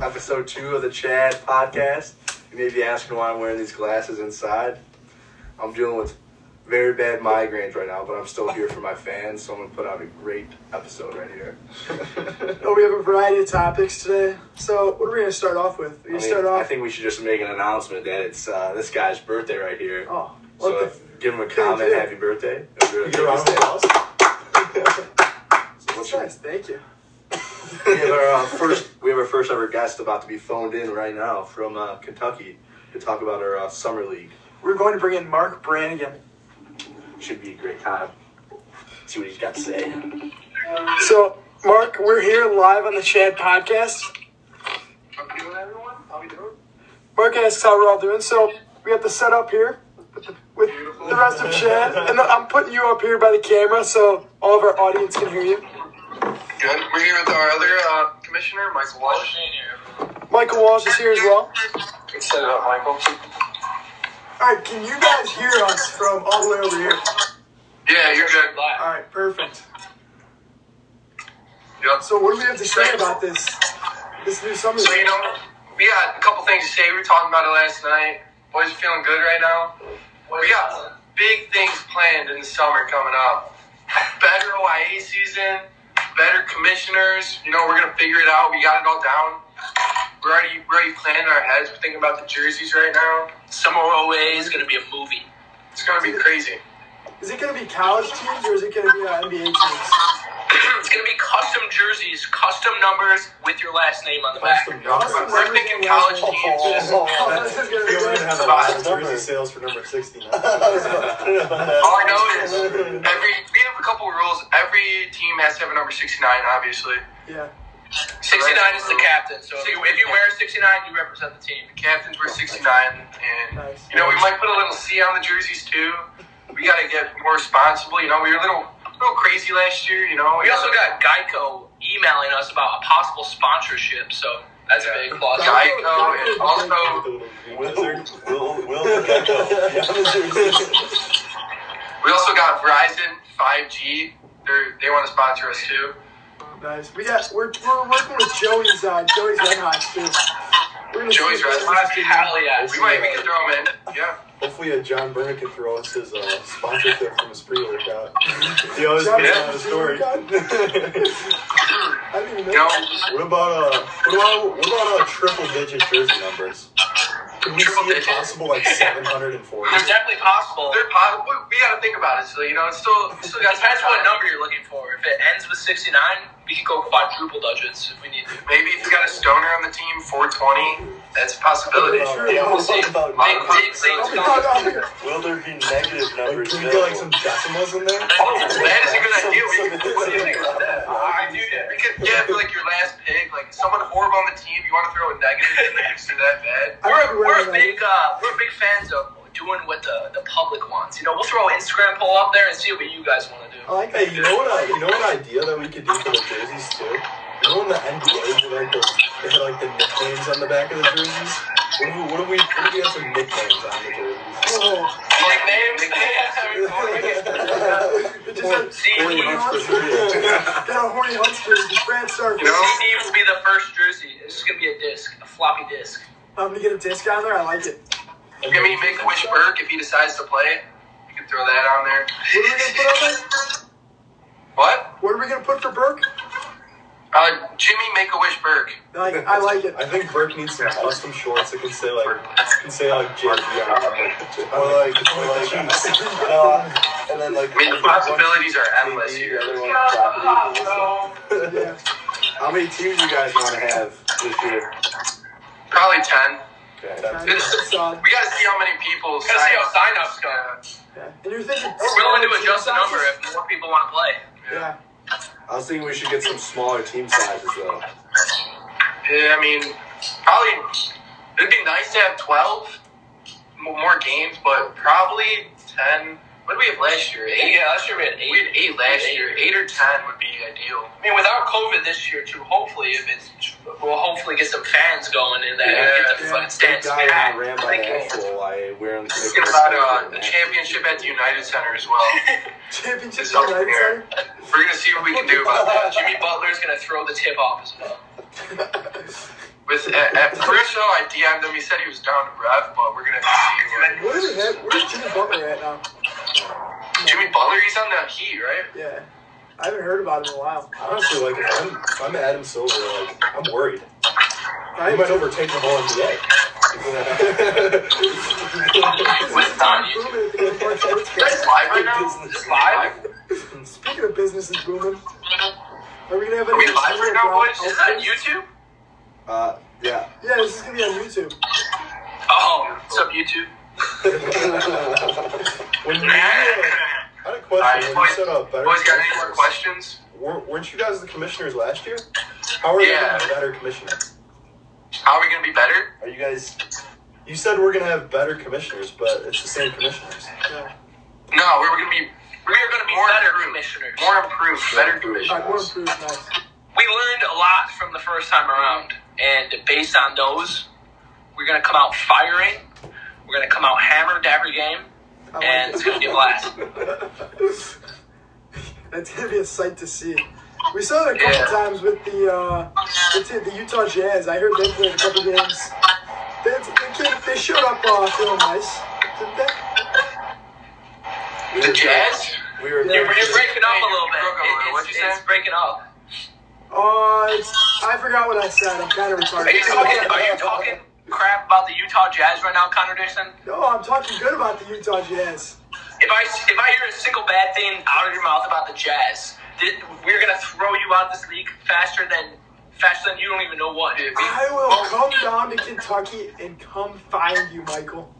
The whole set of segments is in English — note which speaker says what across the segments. Speaker 1: episode two of the Chad podcast. You may be asking why I'm wearing these glasses inside. I'm dealing with very bad migraines right now, but I'm still here for my fans, so I'm gonna put out a great episode right here.
Speaker 2: Well, Oh, we have a variety of topics today. So, what are we going to start off with? We're
Speaker 1: I,
Speaker 2: going to
Speaker 1: mean,
Speaker 2: start off.
Speaker 1: I think we should just make an announcement that it's uh, this guy's birthday right here.
Speaker 2: oh, what
Speaker 1: so
Speaker 2: the
Speaker 1: if, give him a comment,
Speaker 2: you.
Speaker 1: happy birthday. It'll be really
Speaker 2: Give a round of
Speaker 1: good.
Speaker 2: applause.
Speaker 1: So what's
Speaker 2: That's
Speaker 1: your-
Speaker 2: nice. Thank you.
Speaker 1: we have our uh, first we have our first ever guest about to be phoned in right now from uh, Kentucky to talk about our uh, summer league.
Speaker 2: We're going to bring in Mark Brannigan.
Speaker 1: Should be a great time. See what he's got to say.
Speaker 2: So, Mark, we're here live on the Chad podcast.
Speaker 3: How doing, everyone? How we doing?
Speaker 2: Mark asks how we're all doing. So, we got the setup here with the rest of Chad. And I'm putting you up here by the camera so all of our audience can hear you.
Speaker 3: Good. We're here with our other uh, commissioner, Michael Walsh.
Speaker 2: Michael Walsh is here as well.
Speaker 3: Set it up, Michael.
Speaker 2: All right, can you guys hear us from all the way over here?
Speaker 3: Yeah, you're good.
Speaker 2: All right, perfect.
Speaker 3: Yep.
Speaker 2: So, what do we have to say about this? This new summer
Speaker 3: So, you
Speaker 2: league?
Speaker 3: know, we got a couple things to say. We were talking about it last night. Boys are feeling good right now. We got big things planned in the summer coming up. Better OIA season, better commissioners. You know, we're going to figure it out. We got it all down. We're already, we're already planning our heads. We're thinking about the jerseys right now. Summer OIA is going to be a movie. It's going to be crazy.
Speaker 2: Is it going to be college teams or is it going to be uh, NBA teams?
Speaker 4: it's gonna be custom jerseys, custom numbers with your last name on the back.
Speaker 5: Custom
Speaker 2: Awesome.
Speaker 5: numbers.
Speaker 3: We're thinking college teams. Just
Speaker 2: Oh, this is going
Speaker 5: They were gonna
Speaker 2: to be
Speaker 5: have a
Speaker 2: great.
Speaker 5: lot of jersey sales for number sixty-nine.
Speaker 3: All I know is every we have a couple of rules. Every team has to have a number sixty nine, obviously.
Speaker 2: Yeah.
Speaker 4: 69 is the captain, so if you, if you wear 69, you represent the team.
Speaker 3: The captains wear sixty nine, and
Speaker 2: Nice.
Speaker 3: you know we might put a little C on the jerseys too. We gotta get more responsible. You know we were a little little crazy last year. You know
Speaker 4: We also got Geico emailing us about a possible sponsorship, so that's a big plus.
Speaker 2: Geico.
Speaker 3: Geico and also
Speaker 5: Wizard Will Will Gecko.
Speaker 3: we also got Verizon five G. They they want to sponsor us too.
Speaker 2: Nice. We got we're, we're working with Joey's uh, Joey's Red Hots too. We're gonna see
Speaker 3: Joey's
Speaker 2: if-
Speaker 3: Red Hots?
Speaker 4: Hell yeah.
Speaker 3: We might even throw them in. Yeah.
Speaker 5: Hopefully, uh, John Brennan can throw us his uh, sponsorship from his pre-workout. He always
Speaker 2: John
Speaker 5: gets
Speaker 2: Brennan
Speaker 5: on the
Speaker 2: from
Speaker 5: story.
Speaker 2: I didn't even
Speaker 3: You know
Speaker 2: know.
Speaker 5: what about uh, what about what about uh, triple-digit jersey numbers? Can we see a
Speaker 3: Triple-digit?
Speaker 5: possible like seven hundred and forty?
Speaker 4: It's definitely possible.
Speaker 3: they're possible. We gotta think about it. So you know it's still we still got
Speaker 4: It depends what number you're looking for. If it ends with 69, we can go quadruple digits if we need to.
Speaker 3: Maybe if you got a stoner on the team, 420, that's a possibility.
Speaker 2: Sure.
Speaker 4: Big, big things
Speaker 2: Oh,
Speaker 4: coming.
Speaker 2: no, no.
Speaker 6: Will there be negative
Speaker 5: Like,
Speaker 6: numbers?
Speaker 5: can we get like some decimals in there?
Speaker 3: Oh, that is a good idea. We
Speaker 5: Some-
Speaker 3: could, what do you think about that?
Speaker 4: I do that.
Speaker 3: We could, yeah, for like your last pick, like someone horrible on the team, you want to throw a negative in there, it's that bad.
Speaker 4: We're, we're a big uh, we're big fans of doing what the, the public wants. You know, we'll throw an Instagram poll up there and see what you guys want to do.
Speaker 2: I like
Speaker 5: Hey,
Speaker 2: that.
Speaker 5: you know what? I, you know what idea that we could do for the jerseys too. You know, in the NBA, they like those, they had like the nicknames on the back of the jerseys. What if we, what if we, what if we had some nicknames on the jerseys?
Speaker 2: Oh,
Speaker 4: Nicknames?
Speaker 2: it just had
Speaker 4: CD
Speaker 2: horny hunts. Got a horny hunts jersey. Brad Starfield.
Speaker 3: You know?
Speaker 4: CD will be the first jersey. It's just gonna be a disc, a floppy disc.
Speaker 2: I'm gonna get a disc on there. I like it.
Speaker 3: I mean, make a wish Burke if he decides to play. You can throw that on there.
Speaker 2: What are we gonna put on there?
Speaker 3: What?
Speaker 2: What are we gonna put for Burke?
Speaker 3: Uh, Jimmy, make a wish Burke.
Speaker 2: Like I like it.
Speaker 5: I think Burke needs some custom shorts that can say like, can say like JV on it.
Speaker 6: Or like, or like, uh, and then like,
Speaker 3: I mean, the possibilities are endless
Speaker 6: the
Speaker 3: here.
Speaker 6: other one property.
Speaker 2: Yeah.
Speaker 1: How many teams you guys want to have this year?
Speaker 3: Probably 10.
Speaker 2: I know, it's solid.
Speaker 3: We gotta see how many people
Speaker 4: Gotta see how
Speaker 3: sign
Speaker 4: sign-ups go.
Speaker 2: Yeah. And you're thinking
Speaker 4: We're willing to adjust the number if more people want to play.
Speaker 2: Yeah.
Speaker 1: I was thinking we should get some smaller team sizes though.
Speaker 3: Yeah, I mean, probably it'd be nice to have 12 m- more games, but probably 10. What did we have last year? Eight?
Speaker 4: Yeah, last year we had
Speaker 3: We had
Speaker 4: eight.
Speaker 3: eight last
Speaker 4: Eight.
Speaker 3: year. Eight or 10 would be ideal.
Speaker 4: I mean, without COVID this year too, hopefully if it's we'll hopefully get some fans going in that
Speaker 3: Yeah,
Speaker 4: and get the
Speaker 2: yeah.
Speaker 4: fucking
Speaker 1: That
Speaker 4: stands
Speaker 1: guy
Speaker 4: back.
Speaker 1: I ran by
Speaker 4: Thank
Speaker 1: the
Speaker 4: you.
Speaker 1: actual I wearing
Speaker 3: Think about uh, the championship at the United Center as well.
Speaker 2: Championship
Speaker 3: It's up
Speaker 2: United
Speaker 3: here.
Speaker 2: Center.
Speaker 3: We're gonna see what we can do about that.
Speaker 4: Jimmy Butler's gonna throw the tip off as well.
Speaker 3: We With at, at first, though, I DM'd him. He said he was down to breath, but we're gonna have to see.
Speaker 2: Where the heck? Where's Jimmy Butler at now?
Speaker 3: What, Jimmy Butler, he's on the Heat, right?
Speaker 2: Yeah. I haven't heard about him in a while.
Speaker 5: Honestly, like if I'm, if I'm Adam Silver, like I'm worried. I
Speaker 2: Right?
Speaker 5: might overtake the whole NBA.
Speaker 3: What's on YouTube?
Speaker 2: Booming at the Good Park Sports
Speaker 3: Is this
Speaker 2: Cast.
Speaker 3: live right now? Is this live?
Speaker 2: Speaking of business is booming, are we gonna have
Speaker 3: Are
Speaker 2: any?
Speaker 3: we live right now, boys? Is that on
Speaker 2: Outfits?
Speaker 3: YouTube?
Speaker 1: Uh, yeah.
Speaker 2: Yeah, this is gonna be on YouTube.
Speaker 3: Oh, what's up, YouTube?
Speaker 5: when you, uh, I had a question. When you set up better
Speaker 3: Boys, got any more
Speaker 5: commissioners,
Speaker 3: questions?
Speaker 5: Weren't, weren't you guys the commissioners last year? How are
Speaker 3: Yeah.
Speaker 5: you better commissioners?
Speaker 3: How are we gonna be better?
Speaker 1: Are you guys?
Speaker 5: You said we're gonna have better commissioners, but it's the same commissioners.
Speaker 2: Yeah.
Speaker 3: No, we're gonna be
Speaker 4: We are going to be
Speaker 3: More
Speaker 4: better
Speaker 3: improved.
Speaker 4: commissioners.
Speaker 3: more improved, better
Speaker 2: All
Speaker 3: commission.
Speaker 2: right, more improved, nice.
Speaker 4: We learned a lot from the first time around, and based on those, we're going to come out firing. We're going to come out hammered to every game,
Speaker 2: I like
Speaker 4: and
Speaker 2: it.
Speaker 4: it's going to be a blast.
Speaker 2: That's gonna be a sight to see. We saw it a couple
Speaker 4: Yeah.
Speaker 2: times with the uh, the, t- the Utah Jazz. I heard they played a couple games. They, they, came, they showed up uh, feeling nice. Did they?
Speaker 1: We
Speaker 3: The
Speaker 1: were-
Speaker 3: Jazz?
Speaker 1: We were.
Speaker 2: Yeah.
Speaker 4: You're, you're breaking up a little bit.
Speaker 3: Broke up a little.
Speaker 4: It-
Speaker 3: What'd
Speaker 4: it's,
Speaker 3: you say?
Speaker 4: it's breaking up.
Speaker 2: Uh, it's, I forgot what I said. I'm kind of retarded.
Speaker 4: Are you talking? Are you talking crap about the Utah Jazz right now, Connor Dixon?
Speaker 2: No, I'm talking good about the Utah Jazz.
Speaker 4: If I if I hear a single bad thing out of your mouth about the Jazz, th- we're gonna throw you out of this league faster than faster than you don't even know what. Dude,
Speaker 2: I will come down to Kentucky and come find you, Michael.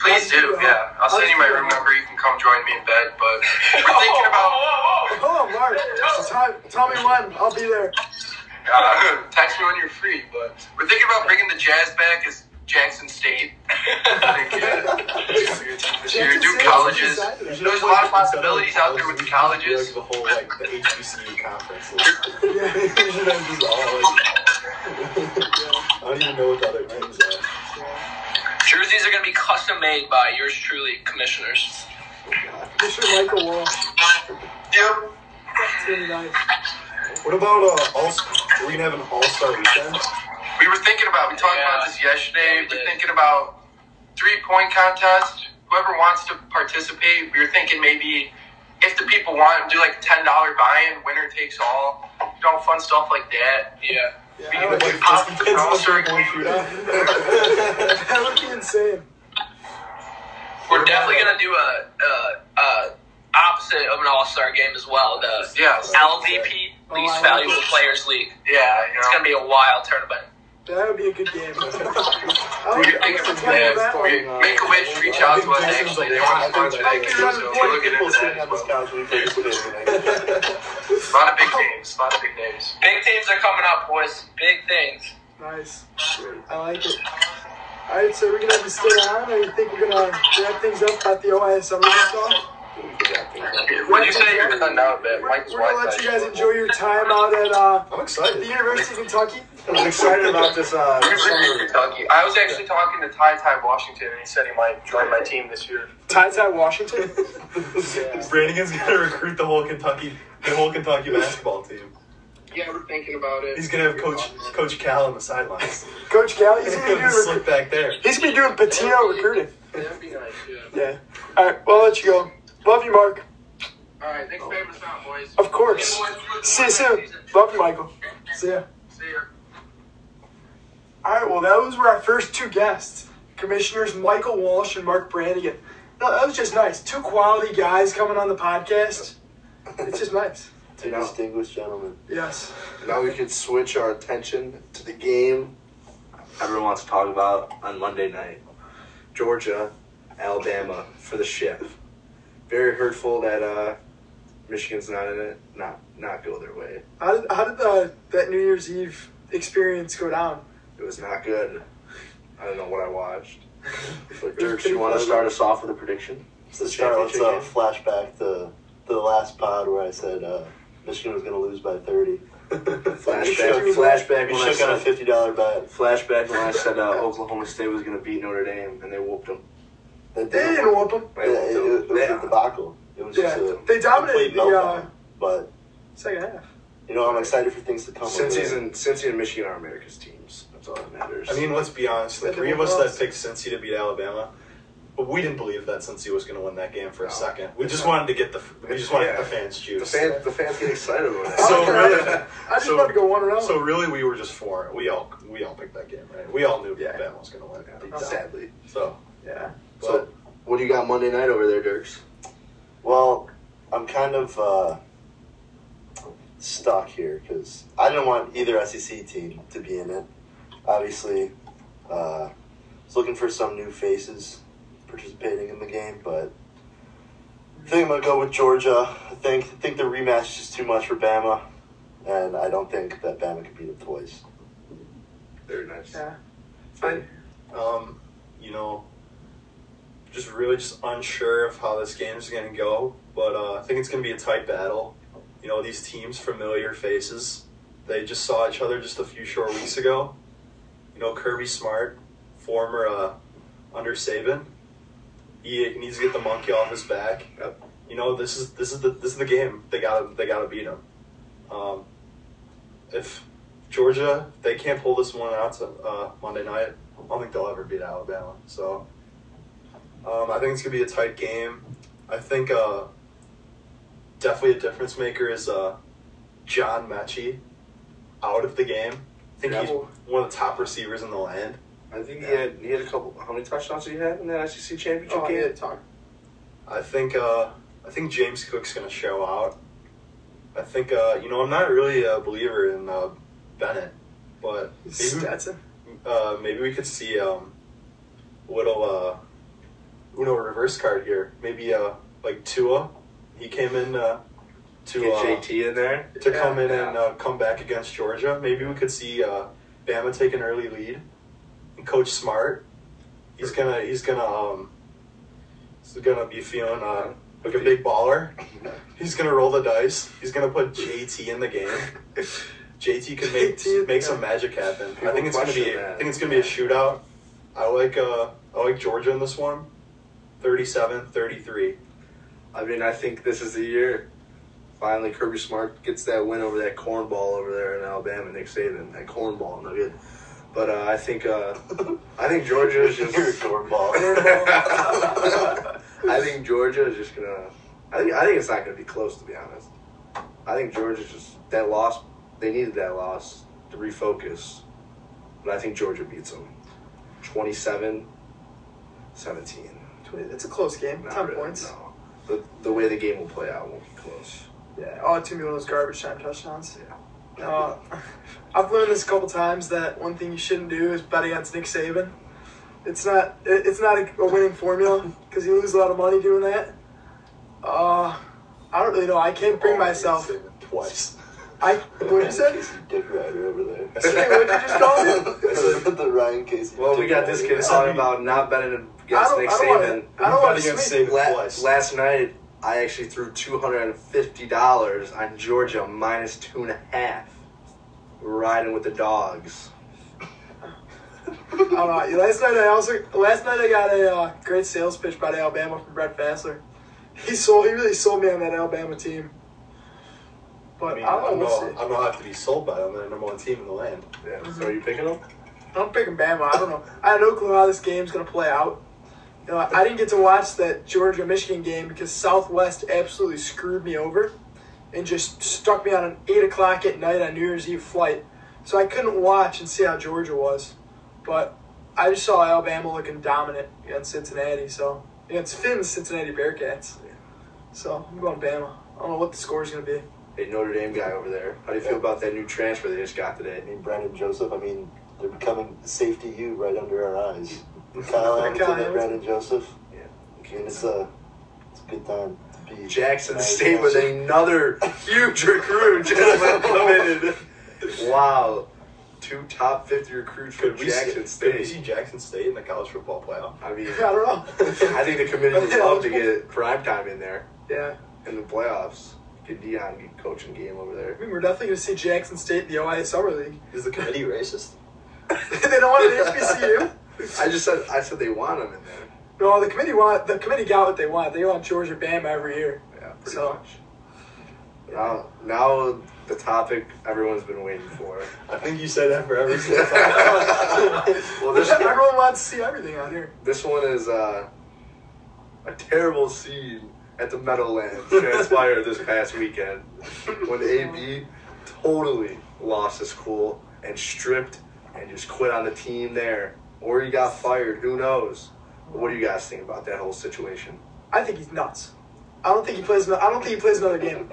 Speaker 3: Please do, yeah. I'll send you my room number. You can come join me in bed, but we're thinking about.
Speaker 2: Oh, Mark. Tell, tell me when. I'll be there.
Speaker 3: Uh, text me when you're free, but we're thinking about bringing the Jazz back as Jackson State. I think, yeah.
Speaker 2: Jackson
Speaker 3: You do
Speaker 2: State
Speaker 3: colleges.
Speaker 2: is decided.
Speaker 5: You should
Speaker 3: There's a
Speaker 5: have,
Speaker 3: lot of
Speaker 5: like, instead
Speaker 3: possibilities out there with the colleges.
Speaker 5: Like the whole like the HBCU conference. Like,
Speaker 2: Yeah.
Speaker 5: you should have just all like. I don't even know what the other teams are.
Speaker 4: jerseys are gonna be custom made by yours truly, commissioners.
Speaker 2: This is Michael Wall.
Speaker 3: Yep.
Speaker 2: It's gonna be nice.
Speaker 5: What about uh, all? Are we gonna have an all star weekend?
Speaker 3: We were thinking about, we talked
Speaker 4: Yeah.
Speaker 3: about this yesterday.
Speaker 4: Yeah,
Speaker 3: we
Speaker 4: we
Speaker 3: are
Speaker 4: did.
Speaker 3: thinking about three point contest. Whoever wants to participate, we were thinking maybe if the people want, do like $10 buy in, winner takes all. You know, fun stuff like that.
Speaker 4: Yeah.
Speaker 2: Yeah,
Speaker 3: We
Speaker 2: I
Speaker 3: can
Speaker 2: would-
Speaker 3: like pop the crosser.
Speaker 2: That would be insane.
Speaker 4: We're definitely gonna do a, a, a opposite of an All Star game as well. The
Speaker 3: Yes.
Speaker 4: LVP,
Speaker 2: I like
Speaker 4: Least Valuable
Speaker 2: it.
Speaker 4: Players League.
Speaker 3: Yeah, you
Speaker 4: It's
Speaker 3: know.
Speaker 4: gonna be a wild tournament.
Speaker 2: That would be a good game. Oh, I would, I
Speaker 3: We
Speaker 2: would
Speaker 3: can think of
Speaker 2: play
Speaker 3: yeah,
Speaker 2: that one.
Speaker 3: we- Make a wish, reach out to us actually. They want to sponsor that game. So we're looking
Speaker 1: People
Speaker 3: into
Speaker 1: sitting
Speaker 3: that.
Speaker 1: on this couch. We could sit in there.
Speaker 3: A lot of big names. A lot of big names.
Speaker 4: Big things are coming up, boys. Big things.
Speaker 2: Nice. I like it. All right, so we're gonna have to stay on, or you think we're gonna wrap things up about the OISM talk?
Speaker 3: What'd you say? You're cutting out a bit.
Speaker 2: We're,
Speaker 3: Mike's
Speaker 2: we're gonna let
Speaker 3: Wi-Fi.
Speaker 2: you guys enjoy your time out at uh,
Speaker 5: I'm
Speaker 2: the
Speaker 5: excited.
Speaker 2: University of Kentucky.
Speaker 1: I'm excited about this. Uh,
Speaker 3: You're
Speaker 1: summer.
Speaker 3: from Kentucky. I was actually talking to Ty Ty Washington, and he said he might join my team this year.
Speaker 2: Tie tie Washington.
Speaker 5: Brannigan's gonna recruit the whole Kentucky, the whole Kentucky basketball team.
Speaker 3: Yeah, we're thinking about it.
Speaker 5: He's gonna have Coach Coach Cal on the sidelines.
Speaker 2: Coach Gal, he's
Speaker 5: He's
Speaker 2: gonna be
Speaker 5: gonna
Speaker 2: doing
Speaker 5: slip back there.
Speaker 2: he's gonna be doing Patino recruiting.
Speaker 3: That'd be nice. Yeah.
Speaker 2: Yeah. All right, well, I'll let you go. Love you, Mark.
Speaker 3: All right. Thanks for having us out, boys.
Speaker 2: Of course. See you soon. Love you, Michael. See ya.
Speaker 3: See ya.
Speaker 2: All right, well, those were our first two guests, Commissioners Michael Walsh and Mark Brannigan. No, that was just nice. Two quality guys coming on the podcast. It's just nice.
Speaker 1: Two distinguished gentlemen.
Speaker 2: Yes.
Speaker 1: Now we could switch our attention to the game everyone wants to talk about on Monday night. Georgia, Alabama for the ship. Very hurtful that uh, Michigan's not in it. Not not go their way.
Speaker 2: How did, how did the, that New Year's Eve experience go down?
Speaker 1: It was not good. I don't know what I watched. But
Speaker 2: You're
Speaker 1: Dirk, you want to start us off with a prediction?
Speaker 6: So start with a
Speaker 1: Championship
Speaker 6: flashback to the last pod where I said uh, Michigan was going to lose by 30.
Speaker 1: Flashback. Flashback.
Speaker 6: We
Speaker 1: When I
Speaker 6: shook on a
Speaker 1: said,
Speaker 6: $50 bet.
Speaker 1: flashback when I said uh, Oklahoma State was going to beat Notre Dame, and they whooped them.
Speaker 6: They
Speaker 2: They didn't whoop them.
Speaker 6: Yeah, it, it was a debacle. It was just
Speaker 2: Yeah,
Speaker 6: a
Speaker 2: they dominated
Speaker 6: complete
Speaker 2: the, uh,
Speaker 6: meltdown. But
Speaker 2: Second half.
Speaker 6: it You know, I'm excited for things to come.
Speaker 1: Since
Speaker 6: over
Speaker 1: he's
Speaker 6: there.
Speaker 1: in, Cincy and Michigan are America's teams. That's all that matters.
Speaker 5: I mean, let's be honest. The three of us that picked Cincy to beat Alabama, but we didn't believe that Cincy was going to win that game for a
Speaker 1: No.
Speaker 5: second. We just wanted to get the we just wanted
Speaker 1: Yeah.
Speaker 5: the fans
Speaker 1: the,
Speaker 5: juice.
Speaker 1: fan, the fans get excited about that.
Speaker 5: So really,
Speaker 2: I just
Speaker 5: so-
Speaker 2: wanted to go one oh. round.
Speaker 5: so really, we were just four. We all we all picked that game, right? We all knew
Speaker 1: Yeah.
Speaker 5: Alabama was going to win. deep
Speaker 1: Yeah,
Speaker 5: down.
Speaker 1: sadly.
Speaker 5: So
Speaker 2: yeah.
Speaker 1: So, what do you got Monday night over there, Dirks?
Speaker 6: Well, I'm kind of uh, stuck here because I didn't want either SEC team to be in it. Obviously, uh, was looking for some new faces participating in the game, but I think I'm gonna go with Georgia. I think I think the rematch is just too much for Bama, and I don't think that Bama could beat them twice.
Speaker 1: Very nice.
Speaker 2: Yeah.
Speaker 1: Fine.
Speaker 5: um, you know, just really just unsure of how this game is going to go. But uh, I think it's going to be a tight battle. You know, these teams, familiar faces, they just saw each other just a few short weeks ago. You know, Kirby Smart, former uh, under Saban, he needs to get the monkey off his back.
Speaker 1: Yep.
Speaker 5: You know, this is this is the this is the game. They got they got to beat him. Um, if Georgia they can't pull this one out to uh, Monday night, I don't think they'll ever beat Alabama. So um, I think it's gonna be a tight game. I think uh, definitely a difference maker is uh, John Mechie out of the game. I think he's
Speaker 1: Yeah.
Speaker 5: one of the top receivers in the land.
Speaker 1: I think he had he had a couple. How many touchdowns did he have in that SEC championship
Speaker 2: Oh,
Speaker 1: game?
Speaker 2: yeah, talk.
Speaker 5: I think uh, I think James Cook's gonna show out. I think uh, you know I'm not really a believer in uh, Bennett, but maybe,
Speaker 2: Stetson.
Speaker 5: uh, maybe we could see um, a little uh, Uno reverse card here. Maybe uh, like Tua, he came in uh, to
Speaker 1: Get
Speaker 5: uh,
Speaker 1: JT in there.
Speaker 5: to come in
Speaker 1: yeah.
Speaker 5: and uh, come back against Georgia. Maybe we could see uh, Bama take an early lead. And Coach Smart, he's gonna he's gonna um, he's gonna be feeling uh, like a big baller. He's gonna roll the dice. He's gonna put JT in the game. JT can make
Speaker 2: JT,
Speaker 5: make
Speaker 2: yeah.
Speaker 5: some magic happen. I
Speaker 1: People
Speaker 5: think it's gonna be
Speaker 1: question that.
Speaker 5: I think it's gonna be a shootout. I like uh, I like Georgia in this one. 37-33.
Speaker 1: I mean, I think this is the year. Finally, Kirby Smart gets that win over that cornball over there in Alabama. Nick Saban, that cornball, no good. But uh, I think uh, I think Georgia is
Speaker 6: You're a
Speaker 1: just.
Speaker 6: cornball.
Speaker 1: I think Georgia is just gonna. I think I think it's not gonna be close to be honest. I think Georgia's just that loss. They needed that loss to refocus, but I think Georgia beats them, 27-17.
Speaker 2: It's a close game.
Speaker 1: Not
Speaker 2: Ten
Speaker 1: really,
Speaker 2: points.
Speaker 1: No, the the way the game will play out won't be close.
Speaker 2: Yeah. Oh, it's gonna be one of those garbage time touchdowns.
Speaker 1: Yeah.
Speaker 2: Uh, I've learned this a couple times that one thing you shouldn't do is bet against Nick Saban. It's not it- it's not a, a winning formula because you lose a lot of money doing that. Uh, I don't really know. I can't
Speaker 5: Oh,
Speaker 2: bring myself.
Speaker 5: twice.
Speaker 2: I what you said?
Speaker 6: Dick Rider over there.
Speaker 2: Hey, what you just call me?
Speaker 6: the Ryan Casey.
Speaker 1: Well, we got this kid talking about not betting
Speaker 2: I
Speaker 1: against
Speaker 2: don't,
Speaker 1: Nick
Speaker 2: I don't
Speaker 1: Saban.
Speaker 2: want to. I don't want
Speaker 5: Bet
Speaker 2: to
Speaker 5: against
Speaker 2: sleep.
Speaker 5: Saban
Speaker 1: La-
Speaker 5: twice.
Speaker 1: last night, I actually threw two hundred and fifty dollars on Georgia minus two and a half. Riding with the dogs.
Speaker 2: I don't know. Last night I also last night I got a uh, great sales pitch by Alabama from Brett Fassler. He sold. He really sold me on that Alabama team.
Speaker 5: I
Speaker 2: But I,
Speaker 5: mean,
Speaker 2: don't
Speaker 5: I'm
Speaker 2: know. We'll
Speaker 5: gonna,
Speaker 2: see.
Speaker 5: I'm gonna have to be sold by them. They're the number one team in the land.
Speaker 1: Yeah. So are you picking them?
Speaker 2: I'm picking Bama. I don't know. I have no clue how this game's gonna play out. You know, I didn't get to watch that Georgia Michigan game because Southwest absolutely screwed me over, and just stuck me on an eight o'clock at night on New Year's Eve flight. So I couldn't watch and see how Georgia was, but I just saw Alabama looking dominant against Cincinnati. So against Finn's Cincinnati Bearcats. So I'm going Bama. I don't know what the score's gonna be.
Speaker 1: Hey, Notre Dame guy over there. How do you feel about that new transfer they just got today?
Speaker 6: I mean, Brandon Joseph. I mean, they're becoming safety you right under our eyes. Kyle
Speaker 2: Kyle
Speaker 6: Hamilton and
Speaker 2: Hamilton.
Speaker 6: Brandon Joseph.
Speaker 1: Yeah.
Speaker 6: I mean, it's a it's a good time to be
Speaker 1: Jackson
Speaker 6: Nice.
Speaker 1: State with another huge recruit just went committed. Wow. Two top fifty recruits from
Speaker 5: Could we,
Speaker 1: Jackson
Speaker 5: see, could we see
Speaker 1: State.
Speaker 5: Jackson State in the college football playoff?
Speaker 1: I mean,
Speaker 2: I don't know.
Speaker 1: I think the committee would love to get prime time in there
Speaker 2: Yeah,
Speaker 1: in the playoffs. Get Dion get coaching game over there.
Speaker 2: I mean we're definitely gonna see Jackson State in the OIA Summer League.
Speaker 5: Is the committee racist?
Speaker 2: they don't want an HBCU.
Speaker 1: I just said I said they want him in there.
Speaker 2: No, the committee want the committee got what they want. They want Georgia Bama every year.
Speaker 1: Yeah, pretty
Speaker 2: So-
Speaker 1: much. Now, now the topic everyone's been waiting for.
Speaker 5: I think you say that for every single time.
Speaker 1: Well, this
Speaker 2: Everyone wants to see everything out here.
Speaker 1: this one is uh, a terrible scene at the Meadowlands transpired this past weekend when AB totally lost his cool and stripped and just quit on the team there, or he got fired. Who knows? What do you guys think about that whole situation?
Speaker 2: I think he's nuts. I don't think he plays. I don't think he plays another game.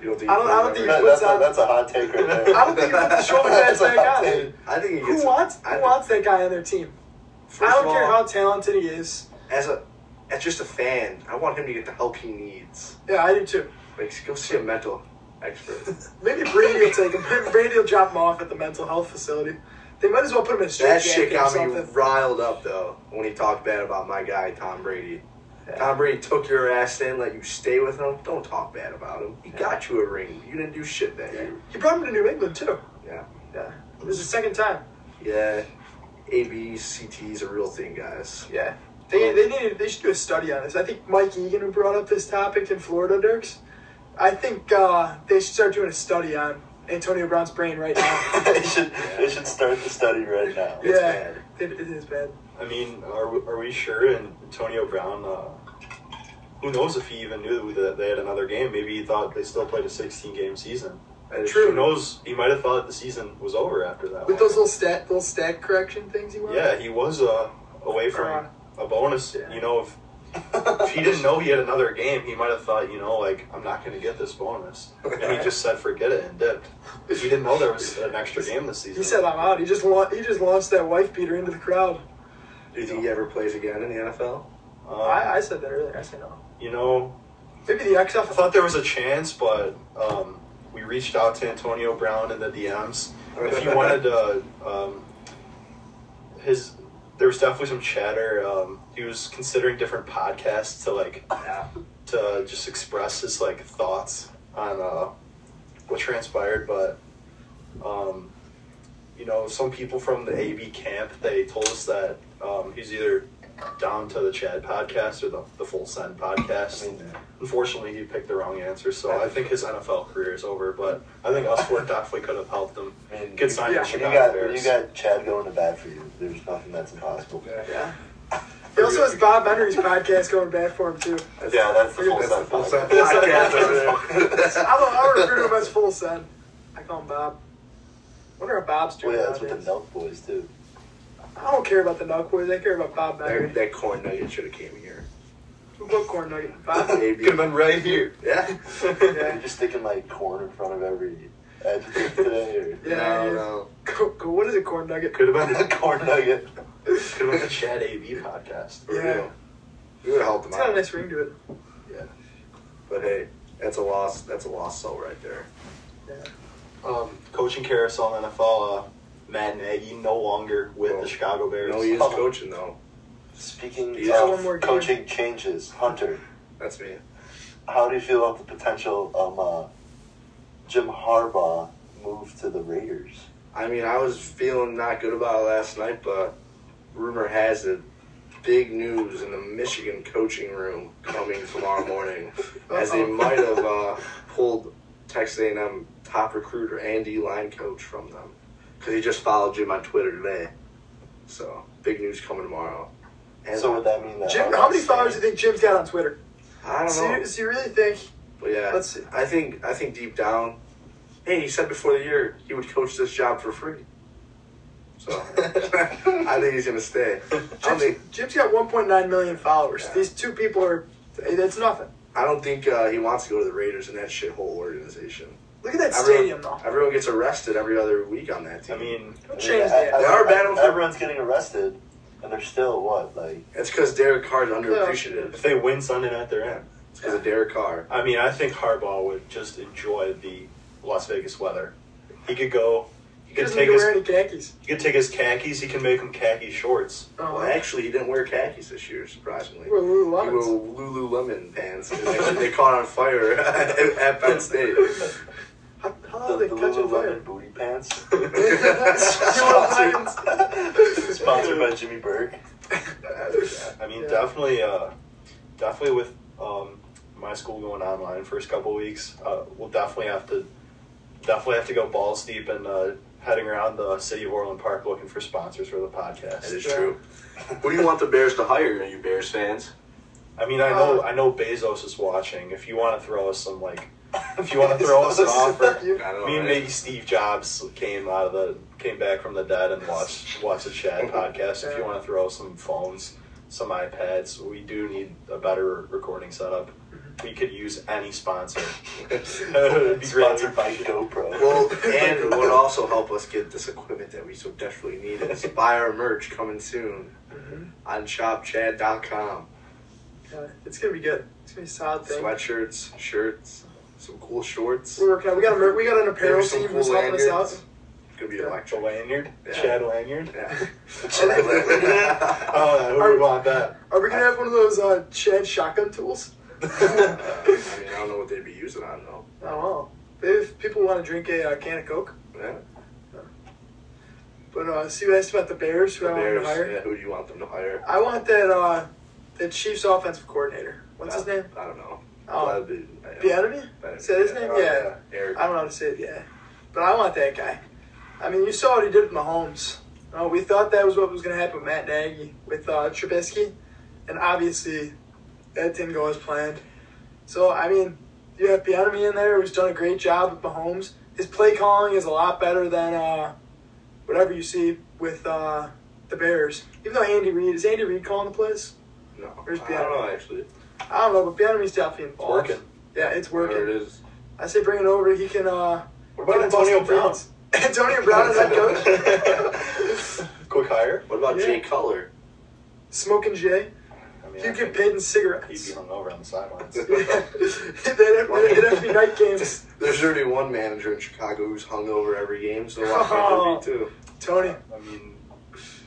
Speaker 1: You don't think?
Speaker 2: I don't-
Speaker 1: he
Speaker 2: I don't
Speaker 1: plays
Speaker 2: think
Speaker 1: that right?
Speaker 6: That- that's, a, that's a hot take right there.
Speaker 2: I don't think he puts the shoulder pads
Speaker 6: That's a
Speaker 2: back
Speaker 6: hot
Speaker 2: on.
Speaker 6: take.
Speaker 1: I think he gets.
Speaker 2: Who wants?
Speaker 1: I
Speaker 2: Who
Speaker 1: think-
Speaker 2: wants that guy on their team? I
Speaker 1: first
Speaker 2: don't
Speaker 1: of
Speaker 2: care
Speaker 1: all,
Speaker 2: how talented he is.
Speaker 1: As a, as just a fan, I want him to get the help he needs.
Speaker 2: Yeah, I do too.
Speaker 1: Like, go see a mental expert.
Speaker 2: Maybe Brady will take him. Brady will drop him off at the mental health facility. They might as well put him in a
Speaker 1: That
Speaker 2: straight
Speaker 1: shit
Speaker 2: jacket or
Speaker 1: got me
Speaker 2: something.
Speaker 1: riled up though when he talked bad about my guy Tom Brady. Tom Brady took your ass in, let you stay with him. Don't talk bad about him. He got you a ring. You didn't do shit that year.
Speaker 2: He brought him to New England too.
Speaker 1: Yeah, yeah,
Speaker 2: It was the second time.
Speaker 1: yeah. ABCT is a real thing, guys.
Speaker 2: Yeah. They, they need they should do a study on this. I think Mike Egan who brought up this topic in Florida Dirks. I think uh, they should start doing a study on Antonio Brown's brain right now.
Speaker 6: they should they should start the study right now.
Speaker 1: It's
Speaker 2: yeah,
Speaker 1: bad.
Speaker 2: It, it is bad.
Speaker 5: I mean, are, we- are we sure? And Antonio Brown, uh, who knows if he even knew that they had another game? Maybe he thought they still played a 16 game season.
Speaker 1: That is
Speaker 5: Who knows? He might have thought the season was over after that.
Speaker 2: With
Speaker 5: one.
Speaker 2: those little stat little stat correction things he wanted.
Speaker 5: yeah, he was uh, away from a bonus. You know, if, if he didn't know he had another game, he might have thought, you know, like I'm not going to get this bonus, and he just said, forget it, and dipped. He didn't know there was an extra game this season.
Speaker 2: He said I'm out. He just la- he just launched that wife beater into the crowd.
Speaker 1: Do you think he ever plays again in the NFL?
Speaker 5: Uh,
Speaker 2: I, I said that earlier. I said no.
Speaker 5: you know,
Speaker 2: Maybe the
Speaker 5: I
Speaker 2: XFL.
Speaker 5: thought there was a chance, but um, we reached out to Antonio Brown in the DMs. If he wanted to, um, his there was definitely some chatter. Um, he was considering different podcasts to like
Speaker 1: Yeah.
Speaker 5: to just express his like thoughts on uh, what transpired, but um, you know, some people from the AB camp they told us that um, he's either down to the Chad podcast or the, the Full Send podcast.
Speaker 6: I mean,
Speaker 5: Unfortunately, he picked the wrong answer, so I think his NFL career is over. But I think us four definitely could have helped him
Speaker 6: I mean,
Speaker 5: get signed
Speaker 2: Yeah,
Speaker 5: to
Speaker 6: you, you
Speaker 5: Chicago
Speaker 6: got
Speaker 5: Bears.
Speaker 6: you got Chad going to bat for you. There's nothing that's impossible. Yeah,
Speaker 2: Yeah. He also has Bob Henry's podcast going bad for him too.
Speaker 6: that's the full
Speaker 1: That's the
Speaker 6: send.
Speaker 1: full
Speaker 6: podcast.
Speaker 1: set podcast over there.
Speaker 2: I'll, I'll refer to him as Full Sun. I call him Bob. Wonder if Bob's
Speaker 6: Well,
Speaker 2: doing
Speaker 6: yeah, that's what the
Speaker 2: nowadays.
Speaker 6: Nelk boys do.
Speaker 2: I don't care about the Nuck boys. I care about Bob
Speaker 1: That-
Speaker 2: Benry.
Speaker 1: that corn nugget should have came here.
Speaker 2: What corn nugget? Bob.
Speaker 1: AB.
Speaker 5: could have been right here.
Speaker 1: Yeah.
Speaker 6: You're
Speaker 2: Yeah.
Speaker 6: just sticking like corn in front of every adjective today, or
Speaker 2: Yeah.
Speaker 1: No,
Speaker 2: yeah.
Speaker 1: no.
Speaker 2: Go, go, what is a corn nugget?
Speaker 5: Could have been
Speaker 6: corn nugget.
Speaker 5: could have been the Chad AB podcast.
Speaker 1: For
Speaker 2: Yeah.
Speaker 1: real. We would have helped him
Speaker 2: It's got a
Speaker 1: out.
Speaker 2: nice ring to it.
Speaker 1: But hey, that's a loss. That's a lost soul right there.
Speaker 5: Um, coaching carousel in NFL, uh, Matt Nagy no longer with
Speaker 1: Well,
Speaker 5: the Chicago Bears.
Speaker 1: No, he is
Speaker 6: Oh.
Speaker 1: coaching though.
Speaker 6: Speaking
Speaker 1: He's
Speaker 6: of
Speaker 2: got one more game.
Speaker 6: coaching changes, Hunter,
Speaker 1: That's me.
Speaker 6: how do you feel about the potential of uh, Jim Harbaugh move to the Raiders?
Speaker 1: I mean, I was feeling not good about it last night, but rumor has it big news in the Michigan coaching room coming tomorrow morning, as they
Speaker 2: Uh-oh.
Speaker 1: might have uh, pulled Texas A&M top recruiter Andy line coach from them because he just followed Jim on Twitter today. So big news coming tomorrow. And
Speaker 6: so would that mean that
Speaker 2: Jim,
Speaker 6: Harbaugh's
Speaker 2: how many followers do you
Speaker 6: staying?
Speaker 2: think Jim's got on Twitter?
Speaker 1: I don't
Speaker 2: So
Speaker 1: know.
Speaker 2: you, so you really think?
Speaker 1: But yeah,
Speaker 2: Let's see.
Speaker 1: I think I think deep down, hey, he said before the year he would coach this job for free. So I think he's gonna stay. I don't think
Speaker 2: Jim's, Jim's got 1.9 million followers.
Speaker 1: Yeah.
Speaker 2: These two people are. That's nothing.
Speaker 1: I don't think uh, he wants to go to the Raiders and that shithole organization.
Speaker 2: Look at that
Speaker 1: Everyone-
Speaker 2: stadium, though.
Speaker 1: Everyone gets arrested every other week on that team.
Speaker 5: I mean,
Speaker 2: Don't
Speaker 6: I mean,
Speaker 2: change
Speaker 6: I-
Speaker 2: that.
Speaker 6: I-
Speaker 1: They are battle for-
Speaker 6: Everyone's getting arrested, and they're still what like
Speaker 1: it's because Derek Carr's underappreciative.
Speaker 5: if they win Sunday night, they're in.
Speaker 1: It's because of Derek Carr.
Speaker 5: I mean, I think Harbaugh would just enjoy the Las Vegas weather. He could go. He
Speaker 2: He
Speaker 5: could
Speaker 2: doesn't need
Speaker 5: take
Speaker 2: to
Speaker 5: his.
Speaker 2: wear any khakis.
Speaker 5: He could take his khakis. He can make them khaki shorts.
Speaker 1: Well,
Speaker 2: Oh,
Speaker 1: actually, he didn't wear khakis this year, surprisingly.
Speaker 2: he wore
Speaker 1: He wore
Speaker 2: Lululemons.
Speaker 1: Lululemon pants. and They, they caught on fire at, at Penn State.
Speaker 2: How, how the
Speaker 6: the,
Speaker 2: hell they
Speaker 6: the
Speaker 2: catch a fire?
Speaker 6: Lululemon booty pants.
Speaker 2: Sponsored.
Speaker 6: Sponsored by Jimmy Burke.
Speaker 5: I mean,
Speaker 2: Yeah.
Speaker 5: definitely, uh, definitely with um, my school going online first couple weeks, uh, we'll definitely have to definitely have to go balls deep and uh, heading around the city of Orland Park looking for sponsors for the
Speaker 1: That
Speaker 5: podcast.
Speaker 1: is true. Who do you want the Bears to hire? Are you Bears fans?
Speaker 5: I mean, I
Speaker 2: Uh,
Speaker 5: know I know Bezos is watching. If you want to throw us some like, if you want to throw us an offer,
Speaker 1: I don't know.
Speaker 5: me and
Speaker 1: man.
Speaker 5: maybe Steve Jobs came out of the came back from the dead and watched watched the Chad podcast. If you want to throw some phones, some iPads, we do need a better recording setup.
Speaker 1: Mm-hmm.
Speaker 5: We could use any sponsor. it would be great.
Speaker 6: Sponsored by GoPro.
Speaker 1: Well, and what also help us get this equipment that we so desperately need is buy our merch coming soon
Speaker 2: Mm-hmm.
Speaker 1: on shopchad.com.
Speaker 2: Uh, it's gonna be good. It's gonna be a solid thing.
Speaker 1: Sweatshirts, shirts, some cool shorts.
Speaker 2: We're working on. We got a mer- we got an apparel
Speaker 1: Maybe some
Speaker 2: team
Speaker 1: cool
Speaker 2: who's helping us out.
Speaker 1: lanyards. Could be
Speaker 5: The
Speaker 1: electric.
Speaker 5: lanyard,
Speaker 1: Yeah.
Speaker 5: Chad lanyard.
Speaker 1: Yeah.
Speaker 5: Oh,
Speaker 2: Uh,
Speaker 5: who would want that?
Speaker 2: Are we gonna have one of those uh, Chad shotgun tools?
Speaker 1: Uh, I mean, I don't know what they'd be using on though.
Speaker 2: I don't know. Maybe if people want to drink a uh, can of Coke.
Speaker 1: Yeah.
Speaker 2: But uh, see, you asked about the Bears, who
Speaker 1: The
Speaker 2: I want
Speaker 1: Bears,
Speaker 2: to hire.
Speaker 1: yeah, who do you want them to hire?
Speaker 2: I want that uh, that Chiefs offensive coordinator. What's his name?
Speaker 1: I don't know.
Speaker 2: Oh,
Speaker 1: That'd be- I don't know.
Speaker 2: Bieniemy. Is that his name?
Speaker 1: Oh,
Speaker 2: Yeah.
Speaker 1: Eric.
Speaker 2: I don't know how to say it yet, but I want that guy. I mean, you saw what he did with Mahomes. Oh, we thought that was what was going to happen with Matt Nagy, with uh, Trubisky, and obviously that didn't go as planned. So, I mean, you have Bienemy in there who's done a great job with Mahomes. His play calling is a lot better than uh, whatever you see with uh, the Bears. Even though Andy Reid, is Andy Reid calling the plays?
Speaker 1: No.
Speaker 2: Where's
Speaker 1: I don't know
Speaker 2: Bieniemy?
Speaker 1: actually.
Speaker 2: I don't know, but Bienemy's definitely
Speaker 5: It's
Speaker 2: involved.
Speaker 5: working.
Speaker 2: Yeah, it's
Speaker 1: Where
Speaker 2: working.
Speaker 1: it is.
Speaker 2: I say bring it over. He can. Uh,
Speaker 5: What about Antonio Brown?
Speaker 2: Antonio Brown is head coach.
Speaker 5: Quick hire.
Speaker 1: What about
Speaker 2: Yeah.
Speaker 1: Jay Cutler?
Speaker 2: Smoking Jay.
Speaker 5: I mean,
Speaker 2: You
Speaker 5: I
Speaker 2: get
Speaker 5: think
Speaker 2: paid in
Speaker 5: He'd
Speaker 2: cigarettes.
Speaker 5: be hung over on the sidelines.
Speaker 2: they'd, have, they'd have to be night games.
Speaker 1: There's already one manager in Chicago who's hung over every game, so why
Speaker 2: Oh.
Speaker 1: can't there be two?
Speaker 2: Tony.
Speaker 5: I mean,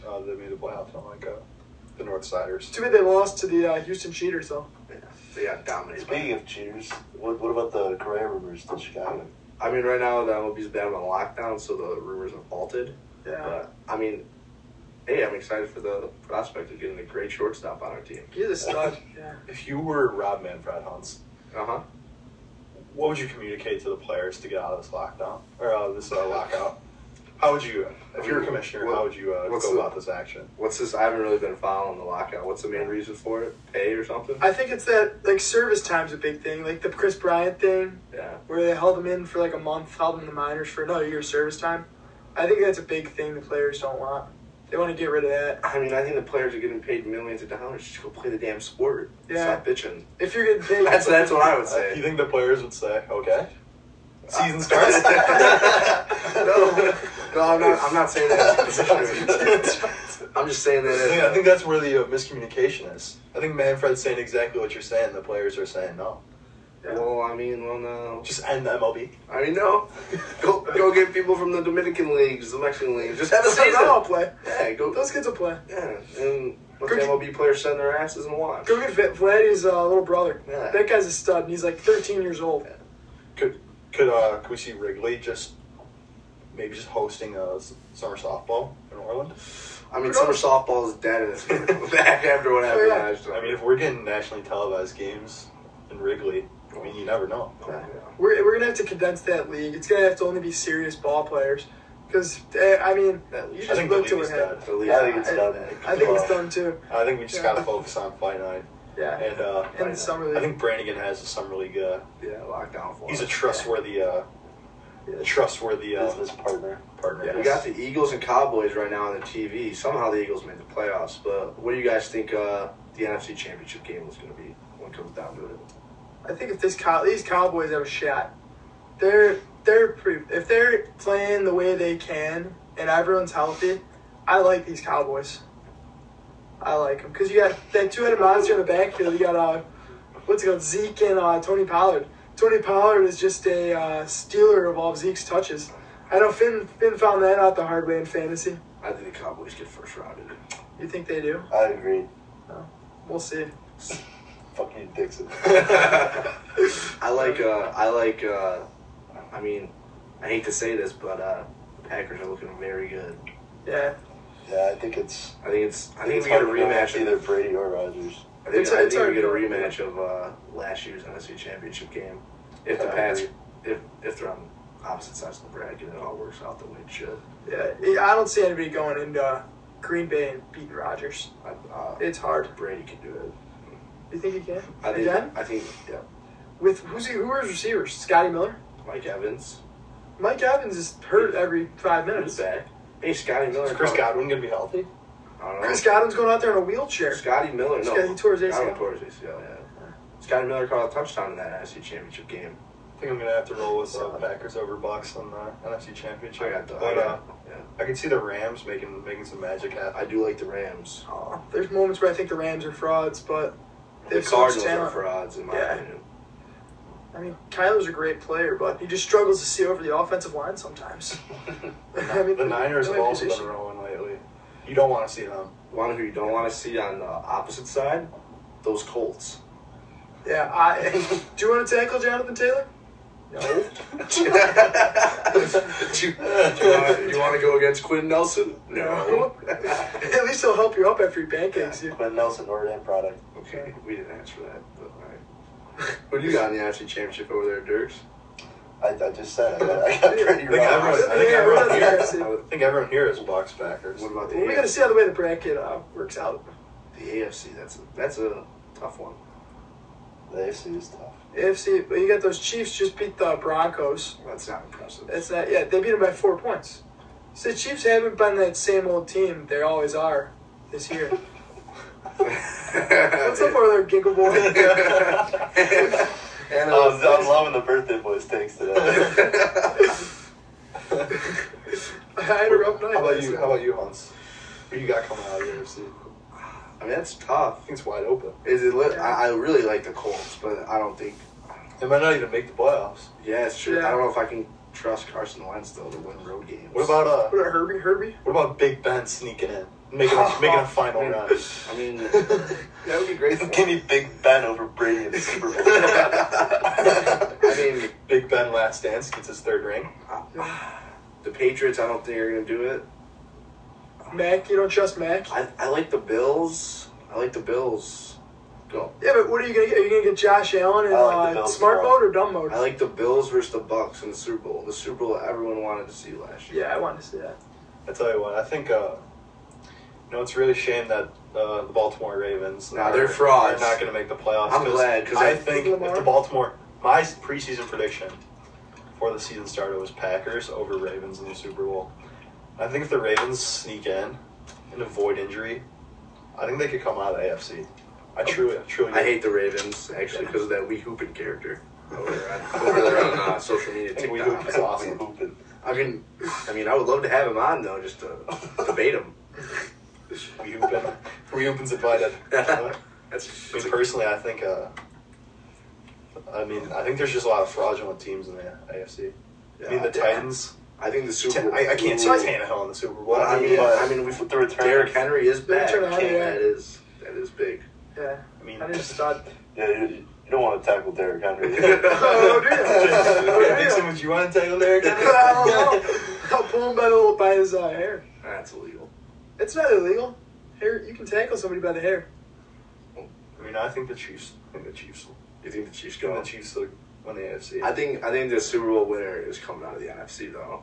Speaker 5: uh, they made the playoffs on like uh, the North Siders.
Speaker 2: Too bad they lost to the uh, Houston Cheaters though.
Speaker 1: They got dominated.
Speaker 6: Speaking
Speaker 1: By
Speaker 6: of cheaters, what, what about the Korea rumors to Chicago?
Speaker 1: I mean, right now the MLB's been on lockdown, so the rumors have halted.
Speaker 2: Yeah,
Speaker 1: But I mean, hey, I'm excited for the prospect of getting a great shortstop on our team.
Speaker 2: he's a stud. Yeah.
Speaker 5: If you were Rob Manfred Hunts,
Speaker 1: Uh huh.
Speaker 5: what would you communicate to the players to get out of this lockdown or out of this uh, lockout? How would you, if you're a commissioner, how would you uh,
Speaker 1: What's
Speaker 5: go
Speaker 1: the-
Speaker 5: about this action?
Speaker 1: What's this? I haven't really been following the lockout. What's the main reason for it? Pay or something?
Speaker 2: I think it's that like service time's a big thing, like the Chris Bryant thing
Speaker 1: Yeah.
Speaker 2: where they held him in for like a month, held him in the minors for another year of service time. I think that's a big thing the players don't want. They want to get rid of that.
Speaker 1: I mean, I think the players are getting paid millions of dollars just go play the damn sport.
Speaker 2: Yeah.
Speaker 1: Stop bitching.
Speaker 2: If you're getting paid,
Speaker 1: That's that's what I would
Speaker 5: Uh, you
Speaker 1: say. Uh,
Speaker 5: think the players would say, okay, season starts?
Speaker 1: no, no, I'm not. I'm not saying that. as a commissioner. I'm just saying that.
Speaker 5: I
Speaker 1: As,
Speaker 5: think, I think that's where the uh, miscommunication is. I think Manfred's saying exactly what you're saying. The players are saying no.
Speaker 1: Well, I mean, well, no.
Speaker 5: Just end the MLB.
Speaker 1: I mean, no. Go, go get people from the Dominican leagues, the Mexican leagues. Just have a
Speaker 2: Those kids
Speaker 1: season.
Speaker 2: will play.
Speaker 1: Yeah, go.
Speaker 2: Those kids will play.
Speaker 1: yeah, and let the
Speaker 2: Go-
Speaker 1: MLB players send their asses and watch.
Speaker 2: Go get Vit- Vladdy's uh, little brother.
Speaker 1: Yeah.
Speaker 2: That guy's a stud, and he's like 13 years old.
Speaker 5: Could could uh could we see Wrigley just maybe just hosting a s- summer softball in Orland?
Speaker 1: I mean, summer softball is dead and it's gonna come back after what happened
Speaker 2: Oh, yeah.
Speaker 1: last time.
Speaker 5: I mean, if we're getting nationally televised games in Wrigley, I mean, you never know.
Speaker 1: Yeah.
Speaker 2: We're, we're gonna have to condense that league. It's gonna have to only be serious ball players, because I mean,
Speaker 1: That-
Speaker 2: you
Speaker 5: I
Speaker 2: just
Speaker 5: think the
Speaker 2: look
Speaker 5: league
Speaker 2: to
Speaker 5: is
Speaker 2: it. Hank.
Speaker 5: dead.
Speaker 1: The league-
Speaker 6: I think it's
Speaker 2: I-
Speaker 6: done.
Speaker 2: I think
Speaker 5: Well,
Speaker 2: it's done too.
Speaker 5: I think we just
Speaker 2: Yeah.
Speaker 5: gotta focus on fight night.
Speaker 2: Yeah,
Speaker 5: And uh,
Speaker 2: and the summer league.
Speaker 5: I think Brannigan has a summer league. Uh,
Speaker 1: yeah, lockdown for
Speaker 5: he's a
Speaker 1: us.
Speaker 5: trustworthy, uh,
Speaker 6: Yeah.
Speaker 5: trustworthy uh,
Speaker 6: Business partner.
Speaker 5: partner.
Speaker 1: We got the Eagles and Cowboys right now on the TV. Somehow the Eagles made the playoffs, but what do you guys think uh, the NFC Championship game is going to be when it comes down to it?
Speaker 2: I think if this cow these Cowboys have a shot, they're they're pretty, if they're playing the way they can and everyone's healthy, I like these Cowboys. I like them because you got that two-headed monster in the backfield. You got uh, what's it called Zeke and uh, Tony Pollard. Tony Pollard is just a uh, stealer of all of Zeke's touches. I know Finn Finn found that out the hard way in fantasy.
Speaker 1: I think the Cowboys get first rounded.
Speaker 2: You think they do?
Speaker 6: I agree.
Speaker 2: We'll see.
Speaker 6: Fuck you, Dixon.
Speaker 1: I like. Uh, I like. Uh, I mean, I hate to say this, but uh, the Packers are looking very good.
Speaker 2: Yeah,
Speaker 6: Yeah, I think it's.
Speaker 1: I think it's. I think
Speaker 6: it's
Speaker 1: we get a
Speaker 6: hard to know if
Speaker 1: rematch.
Speaker 6: Either
Speaker 1: Either.
Speaker 6: Brady or Rogers.
Speaker 1: I think,
Speaker 2: It's-
Speaker 1: I
Speaker 2: it's
Speaker 1: think we
Speaker 2: hard
Speaker 1: get a
Speaker 2: to know.
Speaker 1: rematch of uh, last year's NFC Championship game. If the
Speaker 6: I
Speaker 1: Pats,
Speaker 6: agree.
Speaker 1: if if they're on opposite sides of the bracket, and it all works out the way it should.
Speaker 2: Yeah, I don't see anybody going into uh, Green Bay and beating Rodgers.
Speaker 1: I, uh,
Speaker 2: It's hard.
Speaker 1: Brady can do it.
Speaker 2: You think he can?
Speaker 1: I think.
Speaker 2: Again?
Speaker 1: I think. Yeah.
Speaker 2: With who's he, who are his receivers? Scotty Miller?
Speaker 1: Mike Evans.
Speaker 2: Mike Evans is hurt every five
Speaker 1: Who's
Speaker 2: minutes.
Speaker 1: back? Hey, Scotty Miller.
Speaker 5: Is Chris
Speaker 1: probably-
Speaker 5: Godwin gonna be healthy?
Speaker 1: I don't know.
Speaker 2: Chris Godwin's going out there in a wheelchair.
Speaker 1: Scotty Miller. No.
Speaker 2: Scotty- he tore his
Speaker 1: Godwin
Speaker 2: ACL.
Speaker 1: tore his ACL, Yeah. Scotty Miller caught a touchdown in that NFC Championship game.
Speaker 5: I think I'm gonna have to roll with uh, Packers over Bucks on the NFC Championship.
Speaker 1: I got the. I,
Speaker 5: but uh,
Speaker 1: got, Oh, yeah.
Speaker 5: I can see the Rams making making some magic happen.
Speaker 1: I do like the Rams.
Speaker 2: Oh, there's moments where I think the Rams are frauds, but they
Speaker 1: The
Speaker 2: have so much
Speaker 1: Cardinals are
Speaker 2: talent.
Speaker 1: frauds, in my
Speaker 2: Yeah.
Speaker 1: opinion.
Speaker 2: I mean, Kyler's a great player, but he just struggles to see over the offensive line sometimes. I mean,
Speaker 5: The Niners have
Speaker 2: only
Speaker 5: also been
Speaker 2: position-
Speaker 5: rolling lately. You don't want to see them.
Speaker 1: One who you don't want to see on the opposite side, those Colts.
Speaker 2: Yeah, I, do you want to tackle Jonathan Taylor? No.
Speaker 1: do you, want to go against Quinn Nelson? No.
Speaker 2: At least he'll help you up after he pancakes you.
Speaker 6: Quinn Nelson, Notre Dame product.
Speaker 1: okay, we didn't answer that. But all right. What do you got in the NFC Championship over there, Dirks?
Speaker 6: I, I just said I got, I got pretty
Speaker 5: I think
Speaker 6: wrong.
Speaker 5: everyone, I think
Speaker 2: Yeah,
Speaker 5: everyone
Speaker 2: we're
Speaker 5: here,
Speaker 2: not sexy.
Speaker 5: I think everyone here is Bucks Packers.
Speaker 1: What about the
Speaker 2: Well, we got to
Speaker 1: AFC?
Speaker 2: see how the way the bracket uh, works out.
Speaker 1: The AFC. That's a, that's a tough one.
Speaker 6: The AFC is tough.
Speaker 2: AFC, but you got those Chiefs just beat the Broncos.
Speaker 1: That's not impressive.
Speaker 2: That's not, yeah, they beat them by four points. So the Chiefs haven't been that same old team they always are this year. What's up over there, Ginkle Boy?
Speaker 1: and,
Speaker 5: Oh,
Speaker 6: I'm,
Speaker 1: uh,
Speaker 6: I'm loving the birthday boys takes today.
Speaker 2: I had a rough
Speaker 5: How
Speaker 2: night.
Speaker 5: about
Speaker 2: last
Speaker 5: you?
Speaker 2: night.
Speaker 5: How about you, Hans? What do you got coming out of the NFC? I
Speaker 1: I mean, that's tough.
Speaker 5: think it's wide open.
Speaker 1: Is it? Li- I, I really like the Colts, but I don't think.
Speaker 5: They might not even make the playoffs.
Speaker 1: Yeah, it's true.
Speaker 2: Yeah.
Speaker 1: I don't know if I can trust Carson Wentz though to win road games.
Speaker 5: What about uh?
Speaker 2: What about Herbie? Herbie?
Speaker 5: What about Big Ben sneaking in, making a, making a final run?
Speaker 1: I mean, that would be great. for
Speaker 6: Give
Speaker 1: him.
Speaker 6: me Big Ben over Brady in the Super Bowl.
Speaker 1: I mean,
Speaker 5: Big Ben last dance gets his third ring.
Speaker 1: the Patriots. I don't think are gonna do it.
Speaker 2: Mac? You don't trust Mac?
Speaker 1: I, I like the Bills. I like the Bills. Go.
Speaker 2: Yeah, but what are you gonna get? Are you gonna get Josh Allen in
Speaker 6: I like the
Speaker 2: uh,
Speaker 6: Bills
Speaker 2: smart
Speaker 6: tomorrow.
Speaker 2: mode or dumb mode?
Speaker 1: I like the Bills versus the Bucks in the Super Bowl. The Super Bowl everyone wanted to see last year.
Speaker 2: yeah, I want to see that.
Speaker 5: I tell you what, I think. Uh, you know, it's really a shame that uh, the Baltimore Ravens.
Speaker 1: Nah,
Speaker 5: are-
Speaker 1: they're frauds.
Speaker 5: Are not going to make the playoffs.
Speaker 1: I'm glad, 'cause
Speaker 5: I
Speaker 1: I-
Speaker 5: think
Speaker 2: Lamar?
Speaker 5: if the Baltimore, my preseason prediction before the season started was Packers over Ravens in the Super Bowl. I think if the Ravens sneak in and avoid injury, I think they could come out of the AFC. I truly, truly.
Speaker 1: I hate the Ravens actually because of that wee hooping character over there on, over there on uh, social media.
Speaker 5: Hey, Wee
Speaker 1: TikTok.
Speaker 5: Hooping's awesome.
Speaker 6: Hooping.
Speaker 1: I mean, I mean, I would love to have him on though, just to debate him.
Speaker 5: We open, we open's invited. I
Speaker 1: That's,
Speaker 5: mean,
Speaker 1: that's a,
Speaker 5: personally, I think. Uh, I mean, I think there's just a lot of fraudulent teams in the AFC. I mean, the
Speaker 1: yeah.
Speaker 5: Titans.
Speaker 1: I think the Super. Bowl.
Speaker 5: I, I can't see
Speaker 1: Ooh.
Speaker 5: Tannehill in the Super Bowl.
Speaker 1: But I
Speaker 5: I
Speaker 1: mean,
Speaker 5: mean,
Speaker 1: I mean, we
Speaker 6: With the return.
Speaker 1: Derrick Henry is
Speaker 2: The
Speaker 1: back.
Speaker 2: return of Henry,
Speaker 1: That is that is big.
Speaker 2: Yeah,
Speaker 5: I mean,
Speaker 2: I just thought.
Speaker 6: Yeah, you, you don't want to tackle Derrick Henry.
Speaker 2: Oh, dude. Oh, yeah.
Speaker 5: Dixon, would you want to tackle Derrick Henry?
Speaker 2: I don't know. I'll pull him by the little, by his uh, hair.
Speaker 1: That's illegal.
Speaker 2: It's not illegal. Hair, you can tackle somebody by the hair.
Speaker 5: I mean, I think the Chiefs. I think the Chiefs. will-
Speaker 1: You think the Chiefs
Speaker 5: I think
Speaker 1: go?
Speaker 5: the Chiefs will win the AFC.
Speaker 1: I
Speaker 5: I
Speaker 1: think I think the Super Bowl winner is coming out of the NFC though.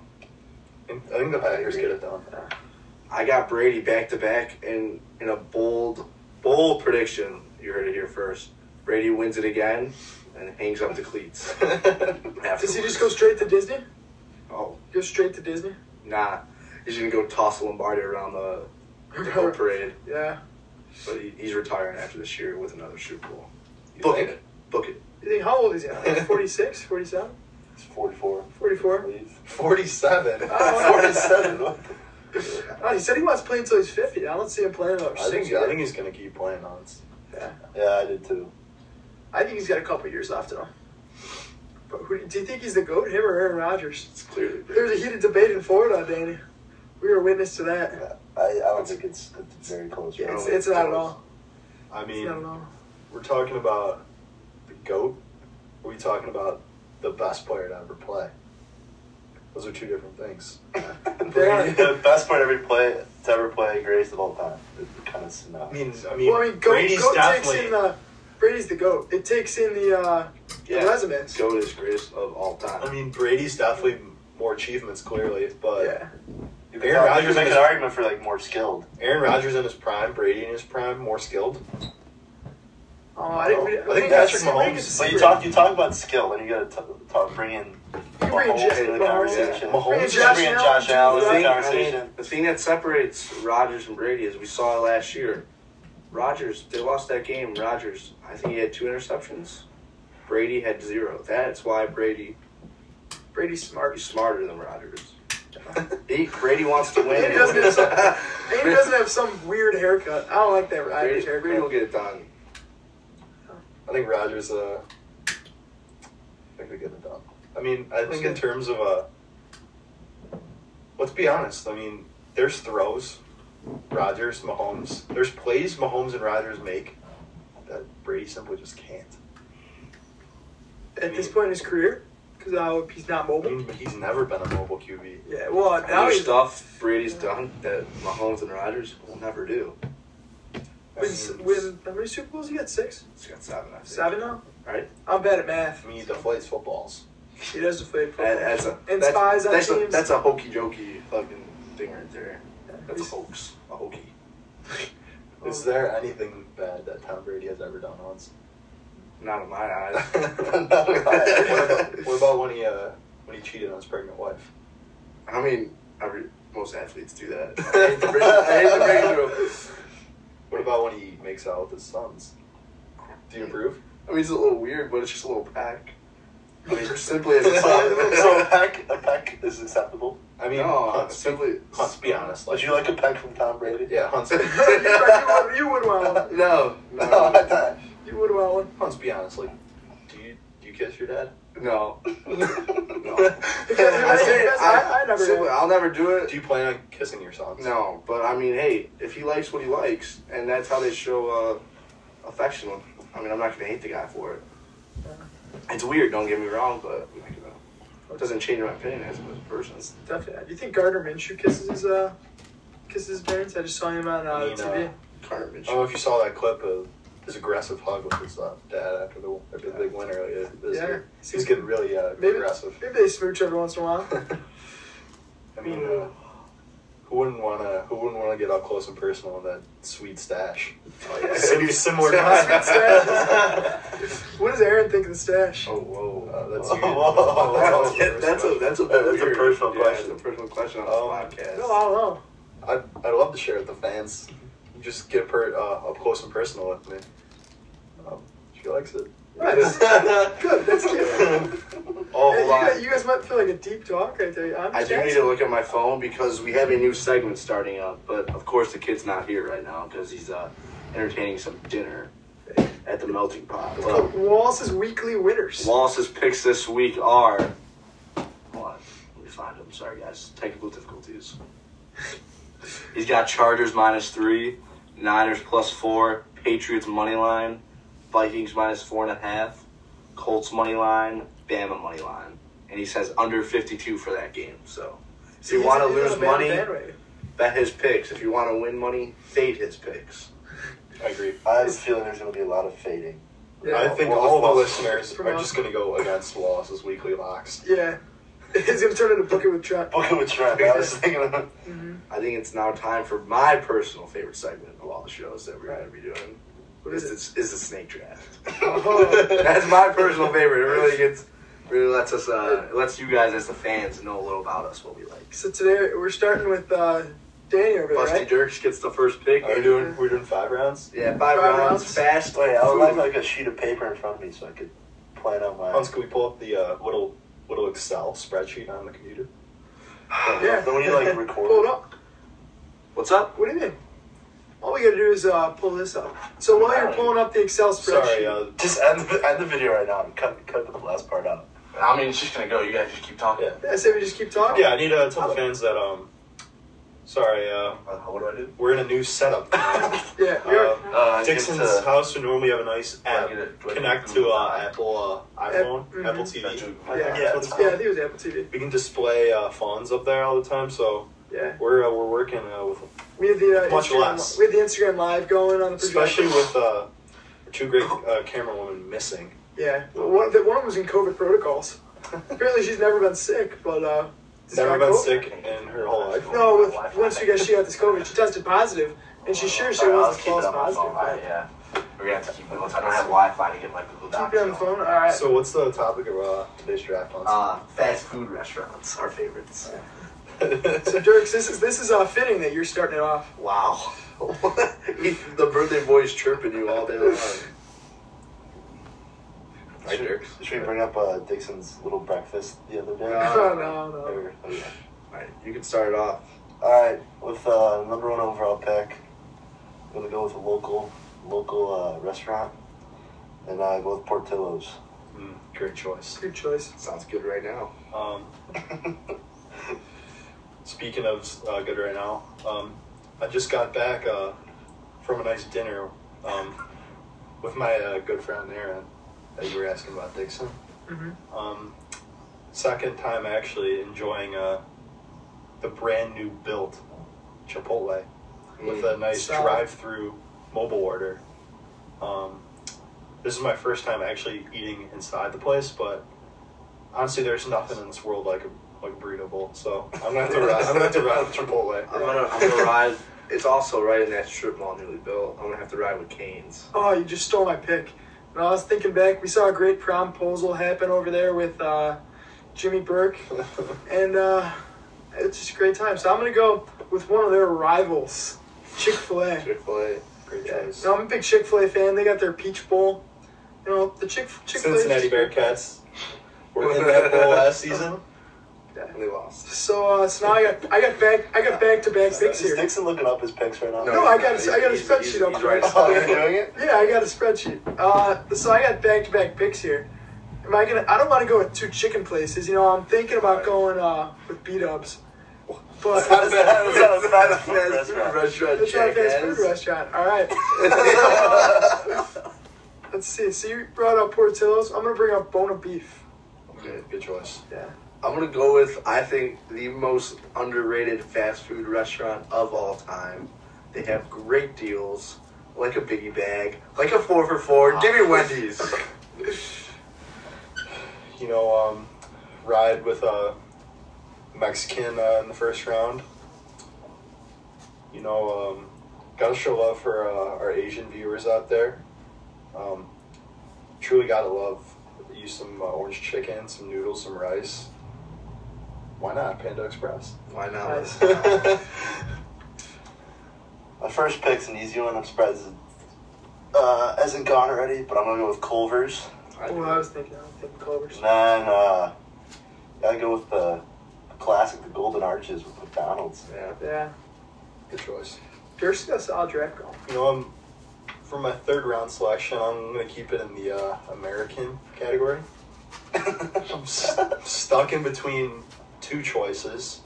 Speaker 5: think, I think the Packers get it done.
Speaker 1: I got Brady back to back in in a bold bold prediction. You heard it here first. Brady wins it again and hangs up the cleats.
Speaker 2: Does he just go straight to Disney?
Speaker 1: Oh
Speaker 2: Go straight to Disney?
Speaker 1: nah, he's gonna go toss Lombardi around the, the whole parade.
Speaker 2: yeah.
Speaker 1: But he, he's retiring after this year with another Super Bowl.
Speaker 5: You
Speaker 1: Book
Speaker 5: think?
Speaker 1: it. Book it.
Speaker 2: You think how old is he? now? Like 46, 47,
Speaker 6: It's 44.
Speaker 2: 44?
Speaker 6: Please.
Speaker 5: Forty-seven.
Speaker 2: Oh,
Speaker 6: 47. what the-
Speaker 2: Oh, he said he wants to play until he's 50. I don't see him playing another
Speaker 5: I
Speaker 2: six
Speaker 5: think. I
Speaker 2: years.
Speaker 5: think he's gonna keep playing on.
Speaker 6: Yeah, I did too.
Speaker 2: I think he's got a couple years left in him. But who, do you think he's the GOAT, him or Aaron Rodgers?
Speaker 1: It's clearly
Speaker 2: There was a heated debate in Florida, Danny. We were witness to that.
Speaker 6: I, I don't think it's, it's very close.
Speaker 2: Yeah,
Speaker 6: bro.
Speaker 2: it's, it's not at all.
Speaker 5: Oh, I
Speaker 2: It's
Speaker 5: mean,
Speaker 2: not at all.
Speaker 5: we're talking about the goat. Are we talking about the best player to ever play? Those are two different things.
Speaker 2: They are.
Speaker 6: the best player every play to ever play greatest of all time. It kind of
Speaker 5: I
Speaker 6: synonymous.
Speaker 5: mean, I mean,
Speaker 2: Well, I mean, GOAT,
Speaker 5: Brady's
Speaker 2: goat takes
Speaker 5: definitely.
Speaker 2: in the. Brady's the GOAT. It takes in the uh, The
Speaker 1: Yeah.
Speaker 2: resumes.
Speaker 1: Goat is greatest of all time.
Speaker 5: I mean, Brady's definitely more achievements clearly, but
Speaker 2: Yeah.
Speaker 5: Aaron
Speaker 6: You can tell- you
Speaker 5: Rodgers
Speaker 6: can make
Speaker 5: is-
Speaker 6: an argument for like more skilled.
Speaker 5: Aaron Rodgers in his prime, Brady in his prime, more skilled.
Speaker 2: Oh, I didn't. We,
Speaker 5: I think Patrick Mahomes-
Speaker 6: But you talk, you talk about skill, and you got to talk, bring in
Speaker 2: You bring in
Speaker 6: Mahomes
Speaker 2: Jeff-
Speaker 6: into the
Speaker 2: Mahomes.
Speaker 6: conversation.
Speaker 5: Mahomes.
Speaker 6: Bring in
Speaker 2: Josh Allen.
Speaker 6: Josh Allen
Speaker 1: the, thing,
Speaker 6: into the
Speaker 1: Oh, I mean,
Speaker 6: conversation.
Speaker 1: the thing that separates Rodgers and Brady is we saw it last year. Rodgers, they lost that game. Rodgers, I think he had two interceptions. Brady had zero. That's why Brady
Speaker 2: Brady's smart.
Speaker 1: is smarter than Rodgers. He, Brady wants to win.
Speaker 2: Brady doesn't have some- And he doesn't have some weird haircut. I don't like that Rodgers
Speaker 1: Brady, Brady will
Speaker 2: haircut.
Speaker 1: get it done.
Speaker 5: I think Rodgers. Uh, I think we get it done. I mean, I think in terms of uh, let's be honest. I mean, there's throws, Rodgers, Mahomes. There's plays Mahomes and Rodgers make that Brady simply just can't.
Speaker 2: At this point in his career, because he's not
Speaker 5: I
Speaker 1: Mm.
Speaker 2: mobile.
Speaker 5: mean, he's never been a mobile QB.
Speaker 2: Yeah. Well, now
Speaker 1: There's
Speaker 2: he's
Speaker 1: stuff Brady's done that Mahomes and Rodgers will never do.
Speaker 5: I
Speaker 2: with,
Speaker 5: mean,
Speaker 2: with how many Super Bowls? He got six,
Speaker 1: He's got seven. I think.
Speaker 2: seven now.
Speaker 1: Right.
Speaker 2: I'm bad at math.
Speaker 5: I mean, he deflates footballs.
Speaker 2: He does play football.
Speaker 1: That- that's a
Speaker 2: and
Speaker 1: that's,
Speaker 2: spies on
Speaker 1: that's
Speaker 2: teams.
Speaker 1: A, that's a hokey jokey fucking thing right there. That's a
Speaker 2: He's-
Speaker 1: hoax. A hokey.
Speaker 5: Is there anything bad that Tom Brady has ever done once?
Speaker 1: Not in my eyes.
Speaker 5: what, about, what about when he uh, when he cheated on his pregnant wife?
Speaker 1: I mean, every, most athletes do that. I hate to bring, I hate to bring it through.
Speaker 5: What about when he makes out with his sons? Do you approve?
Speaker 1: I mean, it's a little weird, but it's just a little pack. I mean, simply as a
Speaker 6: So, so
Speaker 1: so,
Speaker 6: a peck, a peck is acceptable.
Speaker 5: I mean,
Speaker 1: no,
Speaker 5: Hunt's,
Speaker 1: simply
Speaker 5: Hunt's be honest.
Speaker 6: Would
Speaker 5: Like,
Speaker 6: you like a peck from Tom Brady?
Speaker 5: yeah, Hunt's,
Speaker 2: you, would, you would want one.
Speaker 1: no,
Speaker 6: No, I
Speaker 1: no,
Speaker 6: thought.
Speaker 2: You would want one.
Speaker 5: Hunt's be honest. Like, do you do you kiss your dad?
Speaker 1: no.
Speaker 2: Because
Speaker 1: I say,
Speaker 2: I, I, never.
Speaker 1: simply, I'll never do it.
Speaker 5: Do you plan on kissing your sons?
Speaker 1: No, but I mean, hey, if he likes what he likes, and that's how they show uh, affection. I mean, I'm not gonna hate the guy for it. It's weird. Don't get me wrong, but I'm not gonna- it doesn't change my opinion as a person.
Speaker 2: Definitely. Do you think Gardner Minshew kisses his uh kisses his parents? I just saw him on uh,
Speaker 5: You know.
Speaker 2: TV.
Speaker 5: I
Speaker 1: Garbage.
Speaker 5: don't know if you saw that clip of his aggressive hug with his uh, dad after the after the big win earlier this
Speaker 2: Yeah.
Speaker 5: year. He was getting really uh,
Speaker 2: Maybe-
Speaker 5: aggressive.
Speaker 2: Maybe they smooch every once in a while.
Speaker 5: I mean, uh, who wouldn't want to? Who wouldn't want to get up close and personal with that sweet stash?
Speaker 1: Oh, yeah.
Speaker 5: Sim- similar to
Speaker 2: Sweet
Speaker 5: mine.
Speaker 2: What does Aaron think of the stash?
Speaker 1: Oh whoa.
Speaker 5: Uh, that's
Speaker 6: Whoa.
Speaker 5: you. Oh,
Speaker 1: Yeah, that's a that's a bit
Speaker 6: That's a
Speaker 1: weird.
Speaker 6: personal
Speaker 1: Yeah,
Speaker 6: question.
Speaker 1: That's a personal question on
Speaker 5: Um,
Speaker 1: the podcast.
Speaker 2: No, I don't know.
Speaker 5: I'd, I'd love to share with the fans. Just get per, uh, up close and personal with me. Um, she likes it.
Speaker 2: Nice. Good, that's cute.
Speaker 1: oh,
Speaker 2: Hey, you,
Speaker 1: hold on.
Speaker 2: guys, you guys might feel like a deep talk right there. I'm
Speaker 1: I
Speaker 2: just
Speaker 1: do need
Speaker 2: asking.
Speaker 1: to look at my phone because we have a new segment starting up. But of course, the kid's not here right now because he's uh, entertaining some dinner at the melting pot. Well,
Speaker 2: Wallace's weekly winners.
Speaker 1: Wallace's picks this week are. Hold on, let me find him. Sorry, guys. Technical difficulties. He's got Chargers minus three, Niners plus four, Patriots money line, Vikings minus four and a half, Colts money line, Bama money line, and he says under fifty-two for that game. So, if you
Speaker 2: He's-
Speaker 1: want to
Speaker 2: he's on
Speaker 1: lose
Speaker 2: a bad
Speaker 1: money,
Speaker 2: bandwagon.
Speaker 1: bet his picks. If you want to win money, fade his picks.
Speaker 5: I agree.
Speaker 6: I have a feeling there's going to be a lot of fading.
Speaker 2: Yeah.
Speaker 5: I think
Speaker 6: Well,
Speaker 5: all the
Speaker 6: that's-
Speaker 5: listeners are just going to go against Wallace's weekly locks.
Speaker 2: Yeah. He's gonna turn into Bucket with Trent.
Speaker 6: Book it with Trent. I was thinking of
Speaker 1: I think it's now time for my personal favorite segment of all the shows that we're going to be doing.
Speaker 2: What
Speaker 1: is
Speaker 2: is it?
Speaker 1: this? Is the snake draft?
Speaker 2: Oh,
Speaker 1: That's my personal favorite. It really gets, really lets us, uh, it lets you guys as the fans know a little about us, what we like.
Speaker 2: so today we're starting with uh, Danny over there,
Speaker 1: Busty
Speaker 2: right?
Speaker 1: Dirks gets the first pick.
Speaker 5: Are we doing? We're doing five rounds.
Speaker 1: Yeah, five,
Speaker 2: Five
Speaker 1: rounds,
Speaker 2: rounds.
Speaker 1: fast.
Speaker 6: Wait, I would
Speaker 1: food.
Speaker 6: like like a sheet of paper in front of me so I could plan out my.
Speaker 5: Hans, can we pull up the uh, little little Excel spreadsheet on the computer?
Speaker 2: Yeah.
Speaker 6: Then we like record.
Speaker 2: Pull it up.
Speaker 1: What's up?
Speaker 2: What do you mean? All we gotta do is uh, pull this up. So while you're pulling up the Excel spreadsheet,
Speaker 5: Sorry, uh,
Speaker 6: Just end the, end the video right now and cut cut the last part out.
Speaker 1: I mean, it's just gonna go. You guys just keep talking.
Speaker 5: Yeah.
Speaker 2: I say we just keep talking.
Speaker 5: yeah. I need to tell the fans that um, sorry, uh,
Speaker 1: Uh, what do I do?
Speaker 5: we're in a new setup.
Speaker 2: Yeah, we are.
Speaker 5: Uh,
Speaker 1: Uh,
Speaker 5: Dixon's
Speaker 1: give it to-
Speaker 5: house would normally have a nice
Speaker 1: I
Speaker 5: app
Speaker 1: get it? Do I
Speaker 5: connect
Speaker 1: get it?
Speaker 5: to uh, Apple uh, iPhone,
Speaker 2: mhm.
Speaker 5: Apple TV.
Speaker 1: Juke.
Speaker 2: Yeah.
Speaker 5: Yeah, that's
Speaker 2: yeah, I
Speaker 5: fine.
Speaker 2: think it was Apple TV.
Speaker 5: We can display uh, phones up there all the time, so
Speaker 2: Yeah,
Speaker 5: we're uh, we're working uh, with,
Speaker 2: we had the uh,
Speaker 5: Much
Speaker 2: Instagram,
Speaker 5: less.
Speaker 2: We had the Instagram live going on the projection.
Speaker 5: especially with uh, two great uh, camera women missing.
Speaker 2: Yeah. Well, one, the, one of them was in COVID protocols. Apparently, she's never been sick, but uh, this
Speaker 5: Never
Speaker 2: got
Speaker 5: been
Speaker 2: COVID.
Speaker 5: sick in her whole life.
Speaker 2: No, with, once she got she got this COVID, she tested positive, and she's sure she wasn't false positive.
Speaker 7: Alright,
Speaker 2: but-
Speaker 7: yeah. We're gonna have to keep it. I don't have Wi-Fi to get my Google Docs.
Speaker 2: Keep it on the phone. All right.
Speaker 5: So what's the topic of uh, today's draft on?
Speaker 7: Uh, fast food restaurants, our favorites.
Speaker 2: So, Dirks, this is this is uh, fitting that you're starting it off.
Speaker 7: Wow.
Speaker 1: the birthday boy's chirping you all day long. Hi,
Speaker 6: Should,
Speaker 1: Dirks.
Speaker 6: should we bring up uh, Dixon's little breakfast the other day?
Speaker 1: Uh,
Speaker 2: Oh, no, no.
Speaker 6: Or- okay.
Speaker 1: Alright, you can start it off.
Speaker 6: All right, with uh, number one overall pick, I'm gonna go with a local local uh, restaurant, and I go with Portillo's.
Speaker 5: Mm, great choice.
Speaker 2: Good choice.
Speaker 1: Sounds good right now.
Speaker 5: Um, speaking of uh, good right now, um, I just got back uh, from a nice dinner um, with my uh, good friend Aaron that you were asking about Dixon.
Speaker 2: Mhm.
Speaker 5: Um, second time actually enjoying uh, the brand new built Chipotle
Speaker 7: Hmm.
Speaker 5: with a nice
Speaker 2: Solid.
Speaker 5: drive-through mobile order. Um, this is my first time actually eating inside the place, but honestly, there's nothing in this world like a like a burrito bowl. So I'm gonna have to ride. I'm gonna have to ride with Chipotle.
Speaker 1: I'm gonna, I'm gonna ride. It's also right in that strip mall newly built. I'm gonna have to ride with Canes.
Speaker 2: Oh, you just stole my pick. When I was thinking back, we saw a great promposal happen over there with uh, Jimmy Burke, and uh, it's just a great time. So I'm gonna go with one of their rivals, Chick Fil A.
Speaker 1: Chick Fil A.
Speaker 5: Great
Speaker 2: Yeah,
Speaker 5: choice.
Speaker 2: No, I'm a big Chick Fil A fan. They got their Peach Bowl. You know the Chick Chick Fil A.
Speaker 5: Cincinnati Bearcats were in that bowl last season.
Speaker 1: And they lost.
Speaker 2: So, uh, so now I got I got back I got back to back picks
Speaker 6: Is
Speaker 2: here.
Speaker 6: Dixon looking up his picks right now?
Speaker 2: No, I got
Speaker 1: he's
Speaker 2: a- I got a
Speaker 1: he's-
Speaker 2: spreadsheet
Speaker 1: he's-
Speaker 2: up
Speaker 1: he's
Speaker 2: there.
Speaker 1: right
Speaker 6: Oh, you're
Speaker 1: aside.
Speaker 6: doing it?
Speaker 2: Yeah, I got a spreadsheet. Uh, so I got back to back picks here. Am I gonna? I don't want to go with two chicken places. You know, I'm thinking about going uh, with B Dubs. But
Speaker 6: That's not a- that's not a fast food
Speaker 1: Fast food
Speaker 6: restaurant.
Speaker 1: restaurant.
Speaker 2: it's not a fast food
Speaker 1: jackass.
Speaker 2: restaurant. All right. Let's see. So you brought up Portillo's. I'm gonna bring up Bona Beef.
Speaker 1: Okay.
Speaker 5: Good choice.
Speaker 2: Yeah.
Speaker 1: I'm gonna go with I think the most underrated fast food restaurant of all time. They have great deals, like a biggie bag, like a four for four. Give me Wendy's.
Speaker 5: You know, um, ride with a Mexican uh, in the first round. You know, um, gotta show love for uh, our Asian viewers out there. Um, truly gotta love. Use some uh, orange chicken, some noodles, some rice. Why not Panda Express?
Speaker 1: Why not?
Speaker 2: Nice.
Speaker 6: My first pick's an easy one. I'm surprised it uh, hasn't gone already, but I'm gonna go with Culver's.
Speaker 1: I
Speaker 2: Well, I was thinking. I'm thinking Culver's.
Speaker 6: And then uh, gotta go with uh, the classic, the Golden Arches with McDonald's.
Speaker 1: yeah.
Speaker 2: Yeah.
Speaker 5: Good choice.
Speaker 2: Dirk's got a solid draft going.
Speaker 5: You know, I'm for my third round selection. I'm gonna keep it in the uh, American category. I'm s- stuck in between two choices.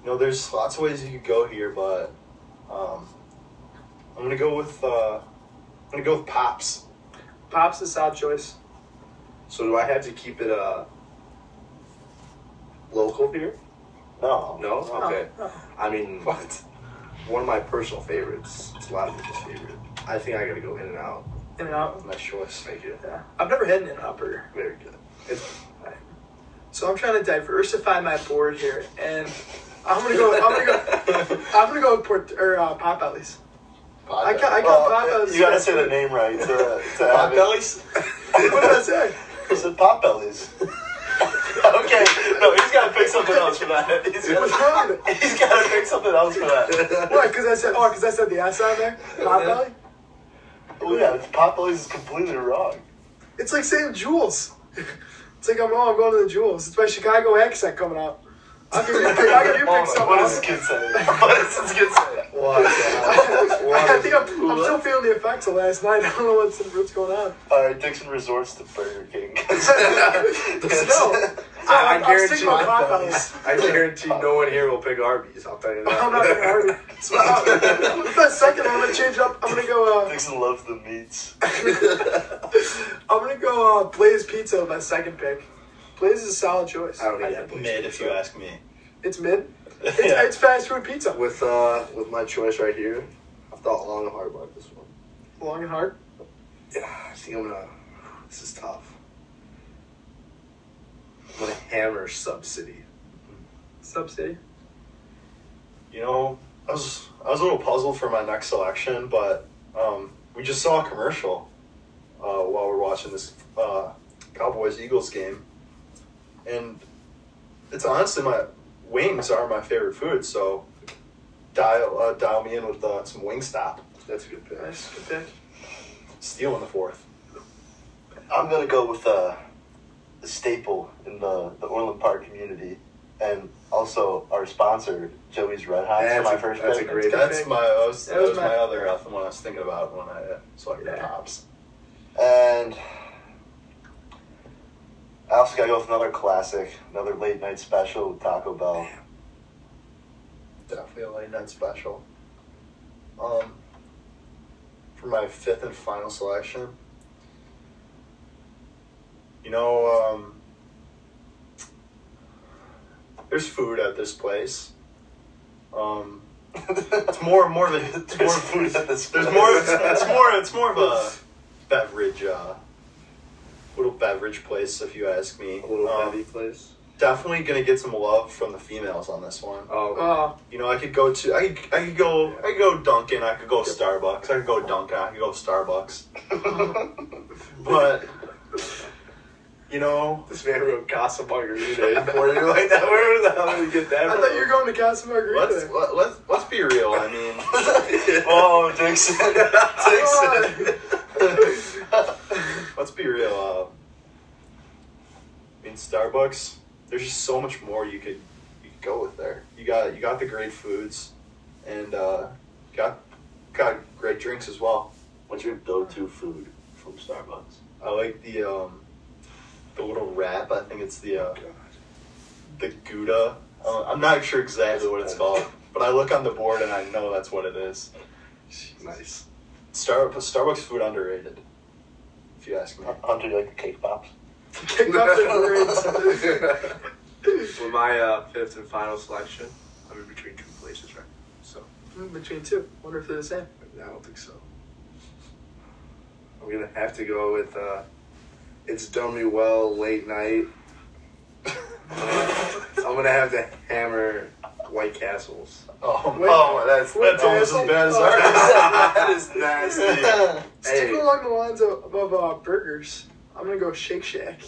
Speaker 5: You know, there's lots of ways you could go here, but um, I'm gonna go with uh, I'm gonna go with Pops.
Speaker 2: Pop's a solid choice.
Speaker 1: So do I have to keep it uh local here?
Speaker 6: No,
Speaker 1: No. Okay.
Speaker 2: Oh,
Speaker 1: I mean,
Speaker 5: What?
Speaker 1: one of my personal favorites. It's a lot of people's favorite. I think I gotta go in and out.
Speaker 6: oh.
Speaker 2: In and out.
Speaker 5: Nice choice.
Speaker 1: Thank you.
Speaker 2: Yeah. I've never had an in and out burger.
Speaker 1: Very good. It's,
Speaker 2: So I'm trying to diversify my board here, and I'm gonna go. I'm gonna go. I'm gonna go with Port or uh, Popeyes. I got. I got
Speaker 6: Well,
Speaker 2: Popeyes.
Speaker 6: you gotta say the name right to, to have it.
Speaker 5: Potbellies?
Speaker 2: What did I say?
Speaker 6: He said pop bellies. okay, no, he's gotta pick something else for that. He's
Speaker 2: What's
Speaker 6: gotta,
Speaker 2: wrong? with it?
Speaker 6: he's gotta pick something else for that.
Speaker 2: Why? Because I said. Oh, because I said the S on there. Popeye.
Speaker 6: Well, Oh, yeah, pop bellies is completely wrong.
Speaker 2: It's like saying Jules. It's like I'm. Oh, I'm going to the Jules. It's my Chicago accent coming out. I'll give you. I'll give you pick something.
Speaker 6: What
Speaker 2: else.
Speaker 6: does this kid say? What does this kid say?
Speaker 1: What?
Speaker 2: I think I'm, I'm still feeling the effects of last night. I don't know what's, what's going on.
Speaker 6: Alright, Dixon resorts to Burger King.
Speaker 2: No,
Speaker 1: I,
Speaker 2: I'm-
Speaker 1: I
Speaker 2: I'm sticking
Speaker 1: guarantee.
Speaker 2: with
Speaker 1: I,
Speaker 2: Popeyes.
Speaker 1: guarantee no one here will pick Arby's. I'll tell you that.
Speaker 2: I'm not gonna argue. So, uh, with that second, I'm gonna change up. I'm gonna go. Uh,
Speaker 6: Dixon loves the meats.
Speaker 2: I'm gonna go uh, Blaze Pizza with my second pick. Blaze is a solid choice.
Speaker 1: I don't need that. place.
Speaker 5: Mid, if you ask me.
Speaker 2: It's mid. It's,
Speaker 5: Yeah.
Speaker 2: it's fast food pizza.
Speaker 1: With uh, with my choice right here, I've thought long and hard about this one.
Speaker 2: Long and hard.
Speaker 1: Yeah, I think I'm gonna This is tough. I'm gonna hammer Sub City.
Speaker 2: Sub City.
Speaker 5: You know, I was I was a little puzzled for my next selection, but um, we just saw a commercial uh, while we're watching this uh, Cowboys Eagles game, and it's honestly my wings are my favorite food. So dial uh, dial me in with uh, some Wingstop.
Speaker 1: That's a good pick.
Speaker 2: Nice, good pick.
Speaker 5: Steal in the fourth.
Speaker 6: I'm gonna go with uh, the staple in the the Orland Park community, and also our sponsor Joey's Red Hot.
Speaker 1: That's
Speaker 6: my
Speaker 1: a-
Speaker 6: first
Speaker 1: that's
Speaker 6: pick.
Speaker 1: a great-
Speaker 5: That's my that was,
Speaker 2: That
Speaker 5: that
Speaker 2: was
Speaker 5: was my,
Speaker 2: my-
Speaker 5: other uh, one I was thinking about when I selected
Speaker 2: Yeah.
Speaker 5: tops.
Speaker 6: And I also gotta go with another classic, another late night special with Taco Bell.
Speaker 5: Definitely a late night special. Um, for my fifth and final selection, you know, um, there's food at this place. Um, it's more more of a it's
Speaker 6: There's
Speaker 5: more
Speaker 6: food at this
Speaker 5: There's
Speaker 6: place.
Speaker 5: more. It's, it's more. It's more of a beverage, uh, little beverage place, if you ask me.
Speaker 1: A little
Speaker 5: Um,
Speaker 1: heavy place.
Speaker 5: definitely gonna get some love from the females on this one.
Speaker 1: Oh,
Speaker 2: Oh,
Speaker 5: You know, I could go to, I could, I could go, I could go Dunkin', I could go Starbucks, I could go Dunkin', I could go Starbucks. But you know,
Speaker 1: this man wrote Casa Margarita for you like that. Where the hell did he get
Speaker 2: I
Speaker 1: that from?
Speaker 2: thought you were going to
Speaker 5: let's
Speaker 2: Casa Margarita.
Speaker 5: let, let's let's be real. I mean,
Speaker 6: oh, Dixon! Dixon!
Speaker 5: let's be real. Uh, I mean, Starbucks. There's just so much more you could you could go with there. You got you got the great foods, and uh, got got great drinks as well.
Speaker 6: What's your go-to food from Starbucks?
Speaker 5: I like the um, the little wrap. I think it's the uh, the Gouda. Uh, I'm not sure exactly what it's called, but I look on the board and I know that's what it is.
Speaker 1: Nice.
Speaker 5: Star Starbucks food underrated, if you ask me.
Speaker 6: Hunter, you like the cake pops?
Speaker 2: Kicked up the grades.
Speaker 1: For my uh, fifth and final selection, I'm in between two places right now. So,
Speaker 2: Mm, Between two. Wonder if they're the same.
Speaker 1: I don't think so. I'm going to have to go with uh, It's Done Me Well Late Night. Uh, I'm going to have to hammer White Castles.
Speaker 5: Oh,
Speaker 2: Wait.
Speaker 5: oh that's
Speaker 2: Wait,
Speaker 5: that's almost as
Speaker 2: wait,
Speaker 5: bad as
Speaker 2: wait.
Speaker 5: ours.
Speaker 1: that is nasty.
Speaker 2: Sticking
Speaker 1: Hey.
Speaker 2: along the lines of, of uh, burgers, I'm going to go Shake Shack.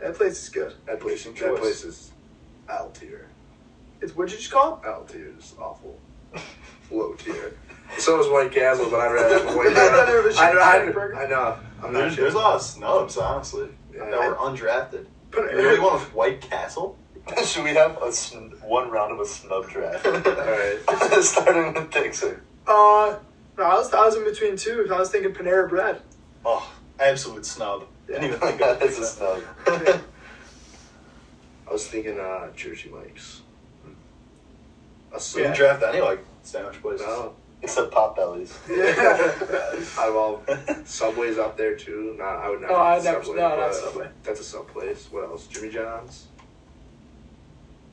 Speaker 2: That place is good.
Speaker 1: That place,
Speaker 5: Interesting
Speaker 1: that
Speaker 5: choice.
Speaker 1: place is out tier.
Speaker 2: It's what you just call it?
Speaker 1: Out tier is awful. Low tier. So is White Castle, but I'd rather have White
Speaker 2: I'd rather have a
Speaker 1: Castle. I,
Speaker 2: shitty burger.
Speaker 1: I, I know. I'm not
Speaker 5: There's,
Speaker 1: sure.
Speaker 5: there's a lot of snubs, honestly,
Speaker 1: Yeah.
Speaker 5: that were undrafted.
Speaker 2: Put
Speaker 5: You really want a White Castle?
Speaker 6: Should we have a sn- one round of a snub draft?
Speaker 1: Alright.
Speaker 6: Starting with Dixon.
Speaker 2: Uh, no, I was, I was in between two. I was thinking Panera Bread.
Speaker 5: Oh, absolute snub. Didn't even think of
Speaker 6: That's a snub.
Speaker 5: it.
Speaker 1: I was thinking uh, Jersey Mike's.
Speaker 5: Hmm.
Speaker 1: A
Speaker 5: We didn't
Speaker 1: sandwich.
Speaker 5: draft any like sandwich places.
Speaker 2: Oh.
Speaker 1: No.
Speaker 6: Except Pop Bellies.
Speaker 1: Out of all Subway's out there too. Nah, I would not.
Speaker 2: No, Oh, I
Speaker 1: eat
Speaker 2: never-
Speaker 1: Subway,
Speaker 2: no, not
Speaker 1: but um,
Speaker 2: Subway.
Speaker 1: That's a sub place. What else? Jimmy John's.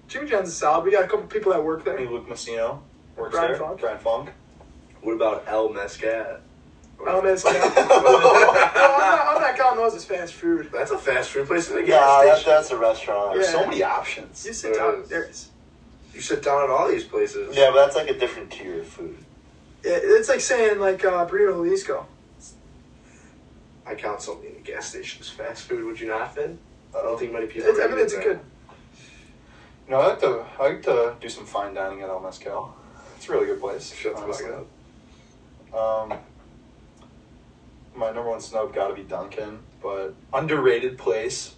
Speaker 2: Jimmy John's is solid. We got a couple people that work
Speaker 5: I
Speaker 2: there.
Speaker 5: mean, Luke Messino works
Speaker 2: Brian
Speaker 5: there.
Speaker 2: Funk.
Speaker 5: Brian Funk.
Speaker 1: What about El Mescat?
Speaker 2: Oh, man, it's no, I'm, not, I'm not counting those as fast food.
Speaker 1: That's a fast food place in the
Speaker 6: Yeah,
Speaker 1: gas
Speaker 6: that,
Speaker 1: station.
Speaker 6: that's a restaurant.
Speaker 5: There's
Speaker 2: Yeah.
Speaker 5: so many options.
Speaker 2: You sit down. There it is.
Speaker 1: You sit down at all these places.
Speaker 6: Yeah, but that's like a different tier of food.
Speaker 2: It, it's like saying, like, uh, Burrito Jalisco.
Speaker 1: I count something in the gas station as fast food. Would you not, Finn? I don't think many people.
Speaker 2: It's, I mean,
Speaker 1: rate it
Speaker 2: it's
Speaker 1: that.
Speaker 2: good.
Speaker 5: You know, I like to I like to do some fine dining at El Mezcal. It's a really good place.
Speaker 1: Shut the
Speaker 5: honestly.
Speaker 1: fuck up.
Speaker 5: Um, my number one snub got to be Dunkin', but underrated place.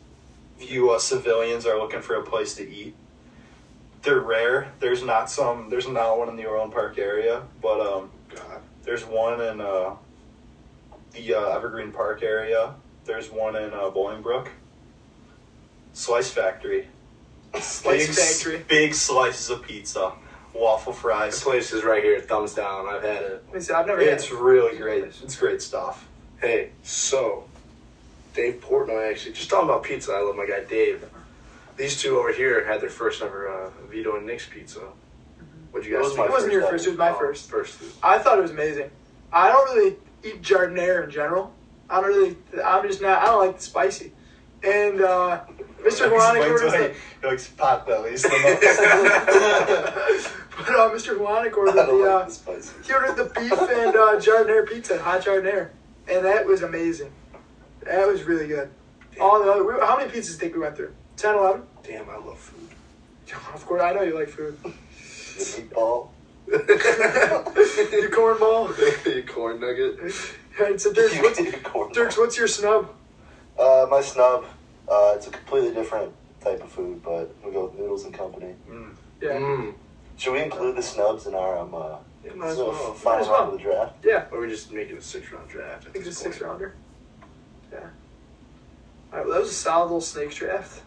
Speaker 5: If you uh, civilians are looking for a place to eat, they're rare. There's not some. There's not one in the Orland Park area, but um,
Speaker 1: God.
Speaker 5: there's one in uh, the uh, Evergreen Park area. There's one in uh, Bolingbrook. Slice Factory.
Speaker 2: Slice
Speaker 5: big,
Speaker 2: Factory.
Speaker 5: Big slices of pizza, waffle
Speaker 1: This
Speaker 5: fries.
Speaker 1: place is right here. Thumbs down. I've had it.
Speaker 2: Let me see, I've never had
Speaker 5: It's
Speaker 2: it.
Speaker 5: really great. It's great stuff.
Speaker 1: Hey, so Dave Portnoy actually just talking about pizza. I love my guy Dave. These two over here had their first ever uh, Vito and Nick's pizza. What'd you
Speaker 6: It
Speaker 1: guys
Speaker 6: was
Speaker 1: think?
Speaker 2: It wasn't your first, it was my
Speaker 1: Oh,
Speaker 2: first.
Speaker 1: First.
Speaker 2: I thought it was amazing. I don't really eat jardinere in general. I don't really. I'm just not. I don't like the spicy. And uh, Mr. Guanica orders the.
Speaker 5: He likes pot bellies.
Speaker 2: but uh, Mr. Guanica ordered
Speaker 6: I don't
Speaker 2: the.
Speaker 6: like
Speaker 2: Uh,
Speaker 6: the spicy.
Speaker 2: he ordered the beef and uh, jardinere pizza, hot jardinere, and that was amazing. That was really good. All the other, we, how many pizzas do you think we went through? 10, 11?
Speaker 1: Damn, I love food.
Speaker 2: Of course, I know you like food.
Speaker 6: The meatball.
Speaker 2: Your cornball.
Speaker 1: Your corn nugget.
Speaker 2: Right, so Dirks, what's,
Speaker 6: Corn
Speaker 2: Dirks, what's your snub?
Speaker 6: Uh, my snub. Uh, it's a completely different type of food, but we go with noodles and company.
Speaker 2: Yeah,
Speaker 1: Mm.
Speaker 6: Should we include the snubs in our um, uh,
Speaker 1: Yeah, might as
Speaker 6: sort of
Speaker 1: well.
Speaker 6: final
Speaker 2: Might as
Speaker 6: round
Speaker 2: well.
Speaker 6: of the draft?
Speaker 2: yeah.
Speaker 1: Or we just make it a six round draft.
Speaker 2: I
Speaker 1: at
Speaker 2: think
Speaker 1: this
Speaker 2: it's a six
Speaker 1: point.
Speaker 2: rounder. Yeah. All right, well, that was a solid little snake draft.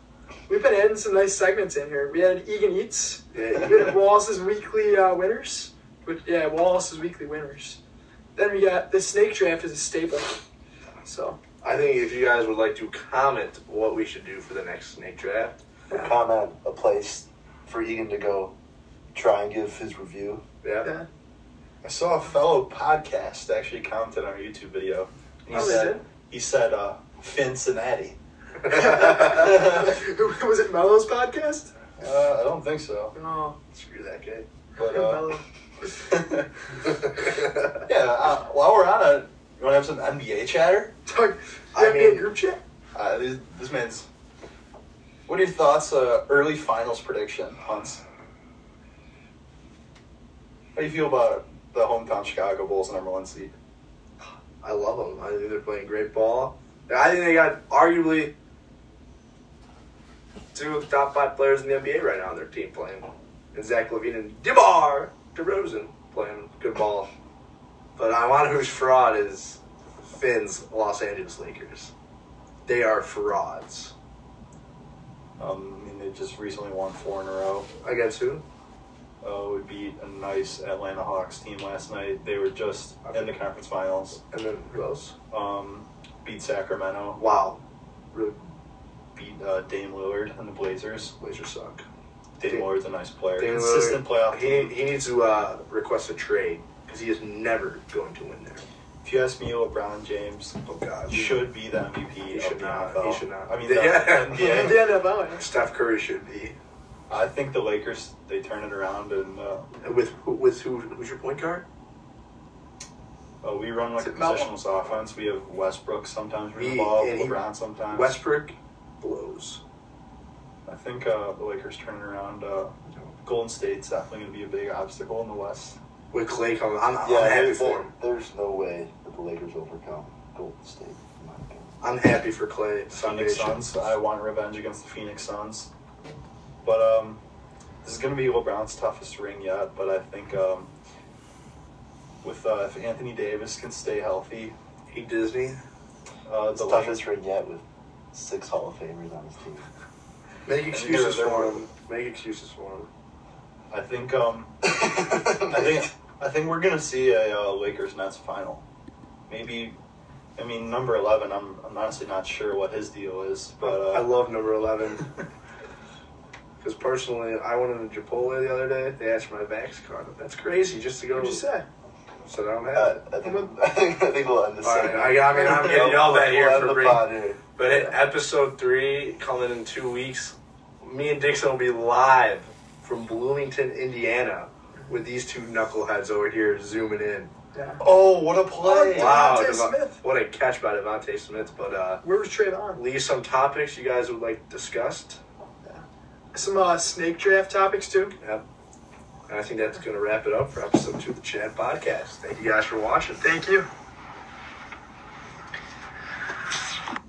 Speaker 2: We've been adding some nice segments in here. We had Egan Eats.
Speaker 1: Yeah,
Speaker 2: We had Wallace's weekly uh, winners. Which, yeah, Wallace's weekly winners. Then we got the snake draft is a staple. So
Speaker 1: I think if you guys would like to comment what we should do for the next snake draft,
Speaker 2: Yeah.
Speaker 6: Comment a place for Egan to go try and give his review.
Speaker 1: yeah.
Speaker 2: yeah,
Speaker 5: I saw a fellow podcast actually commented on our YouTube video. He
Speaker 2: Oh, they
Speaker 5: said, he said, uh, Cincinnati.
Speaker 2: was it Mello's podcast?
Speaker 5: Uh, I don't think so.
Speaker 2: No,
Speaker 1: Screw that guy.
Speaker 5: But, uh,
Speaker 2: Mello.
Speaker 5: yeah, uh, while we're on it, you want to have some NBA chatter?
Speaker 2: Talk,
Speaker 5: I
Speaker 2: NBA
Speaker 5: mean-
Speaker 2: group chat.
Speaker 5: Uh, this, this man's. What are your thoughts? Uh, early finals prediction, Hunts. How do you feel about the hometown Chicago Bulls number one seed?
Speaker 1: I love them. I think they're playing great ball. And I think they got arguably two of the top five players in the NBA right now on their team playing. And Zach Levine and DeMar DeRozan playing good ball. But I want who's fraud is Finn's Los Angeles Lakers. They are frauds.
Speaker 5: Um, I mean, they just recently won four in a row.
Speaker 1: Against who?
Speaker 5: Uh, we beat a nice Atlanta Hawks team last night. They were just in the conference finals.
Speaker 1: And then who else?
Speaker 5: Um, beat Sacramento.
Speaker 1: Wow. Really,
Speaker 5: Beat uh, Dame Lillard and the Blazers.
Speaker 1: Blazers suck.
Speaker 5: Dame Lillard's a nice player.
Speaker 1: Dame
Speaker 5: Consistent playoff
Speaker 1: He,
Speaker 5: team.
Speaker 1: he needs to uh, request a trade because he is never going to win there.
Speaker 5: If you ask me, LeBron James
Speaker 1: Oh, God.
Speaker 5: should be the MVP.
Speaker 1: He
Speaker 5: of
Speaker 1: should
Speaker 5: the
Speaker 1: not.
Speaker 5: NFL.
Speaker 1: He should not.
Speaker 5: I mean, the
Speaker 1: Yeah.
Speaker 5: NBA.
Speaker 2: Yeah, Mello.
Speaker 1: Steph Curry should be.
Speaker 5: I think the Lakers they turn it around and uh,
Speaker 1: With who? With who? Who's your point guard?
Speaker 5: uh, we run like a
Speaker 2: Is it Melo?
Speaker 5: positionless offense. We have Westbrook sometimes
Speaker 1: He-
Speaker 5: we ball,
Speaker 1: and he-
Speaker 5: LeBron sometimes.
Speaker 1: Westbrook blows.
Speaker 5: I think uh, the Lakers turn it around. Uh, Golden State's definitely going to be a big obstacle in the West.
Speaker 1: With Clay coming, I'm, I'm
Speaker 6: Yeah,
Speaker 1: happy
Speaker 6: there's,
Speaker 1: for him.
Speaker 6: there's no way that the Lakers overcome Golden State. in my opinion.
Speaker 1: I'm happy for Clay.
Speaker 5: Phoenix Suns. I want revenge against the Phoenix Suns, but um, this is going to be LeBron's toughest ring yet. But I think um, with uh, if Anthony Davis can stay healthy,
Speaker 1: He Disney.
Speaker 5: uh,
Speaker 6: It's
Speaker 5: the
Speaker 6: the
Speaker 5: Lakers.
Speaker 6: toughest ring yet with six Hall of Famers on his team.
Speaker 1: Make excuses
Speaker 5: they're-
Speaker 1: for him. Make excuses for him.
Speaker 5: I think um, I think I think we're gonna see a uh, Lakers Nets final. Maybe, I mean number eleven. I'm I'm honestly not sure what his deal is, but
Speaker 1: I
Speaker 5: uh,
Speaker 1: love number eleven because personally, I went into Chipotle the other day. They asked for my Vax card. That's crazy, just to go.
Speaker 2: What'd you say?
Speaker 1: So I don't have
Speaker 6: Uh,
Speaker 1: it.
Speaker 6: I, think, I think I think we'll end this.
Speaker 1: All right,
Speaker 6: segment.
Speaker 1: I, I mean, I'm getting yelled at here
Speaker 6: We'll end
Speaker 1: for
Speaker 6: the
Speaker 1: bringing
Speaker 6: pod here.
Speaker 1: But at episode three coming in two weeks, me and Dixon will be live from Bloomington, Indiana, with these two knuckleheads over here zooming in.
Speaker 2: Yeah.
Speaker 5: oh, what a play!
Speaker 2: Oh,
Speaker 1: Wow,
Speaker 2: Devontae
Speaker 1: Devon-
Speaker 2: Smith.
Speaker 1: what a catch by Devontae Smith! But uh,
Speaker 2: Where was Trayvon?
Speaker 1: leave some topics you guys would like discussed,
Speaker 2: Some uh, snake draft topics too.
Speaker 1: and I think that's going to wrap it up for episode two of the Chad Podcast. Thank you guys for watching.
Speaker 2: Thank you.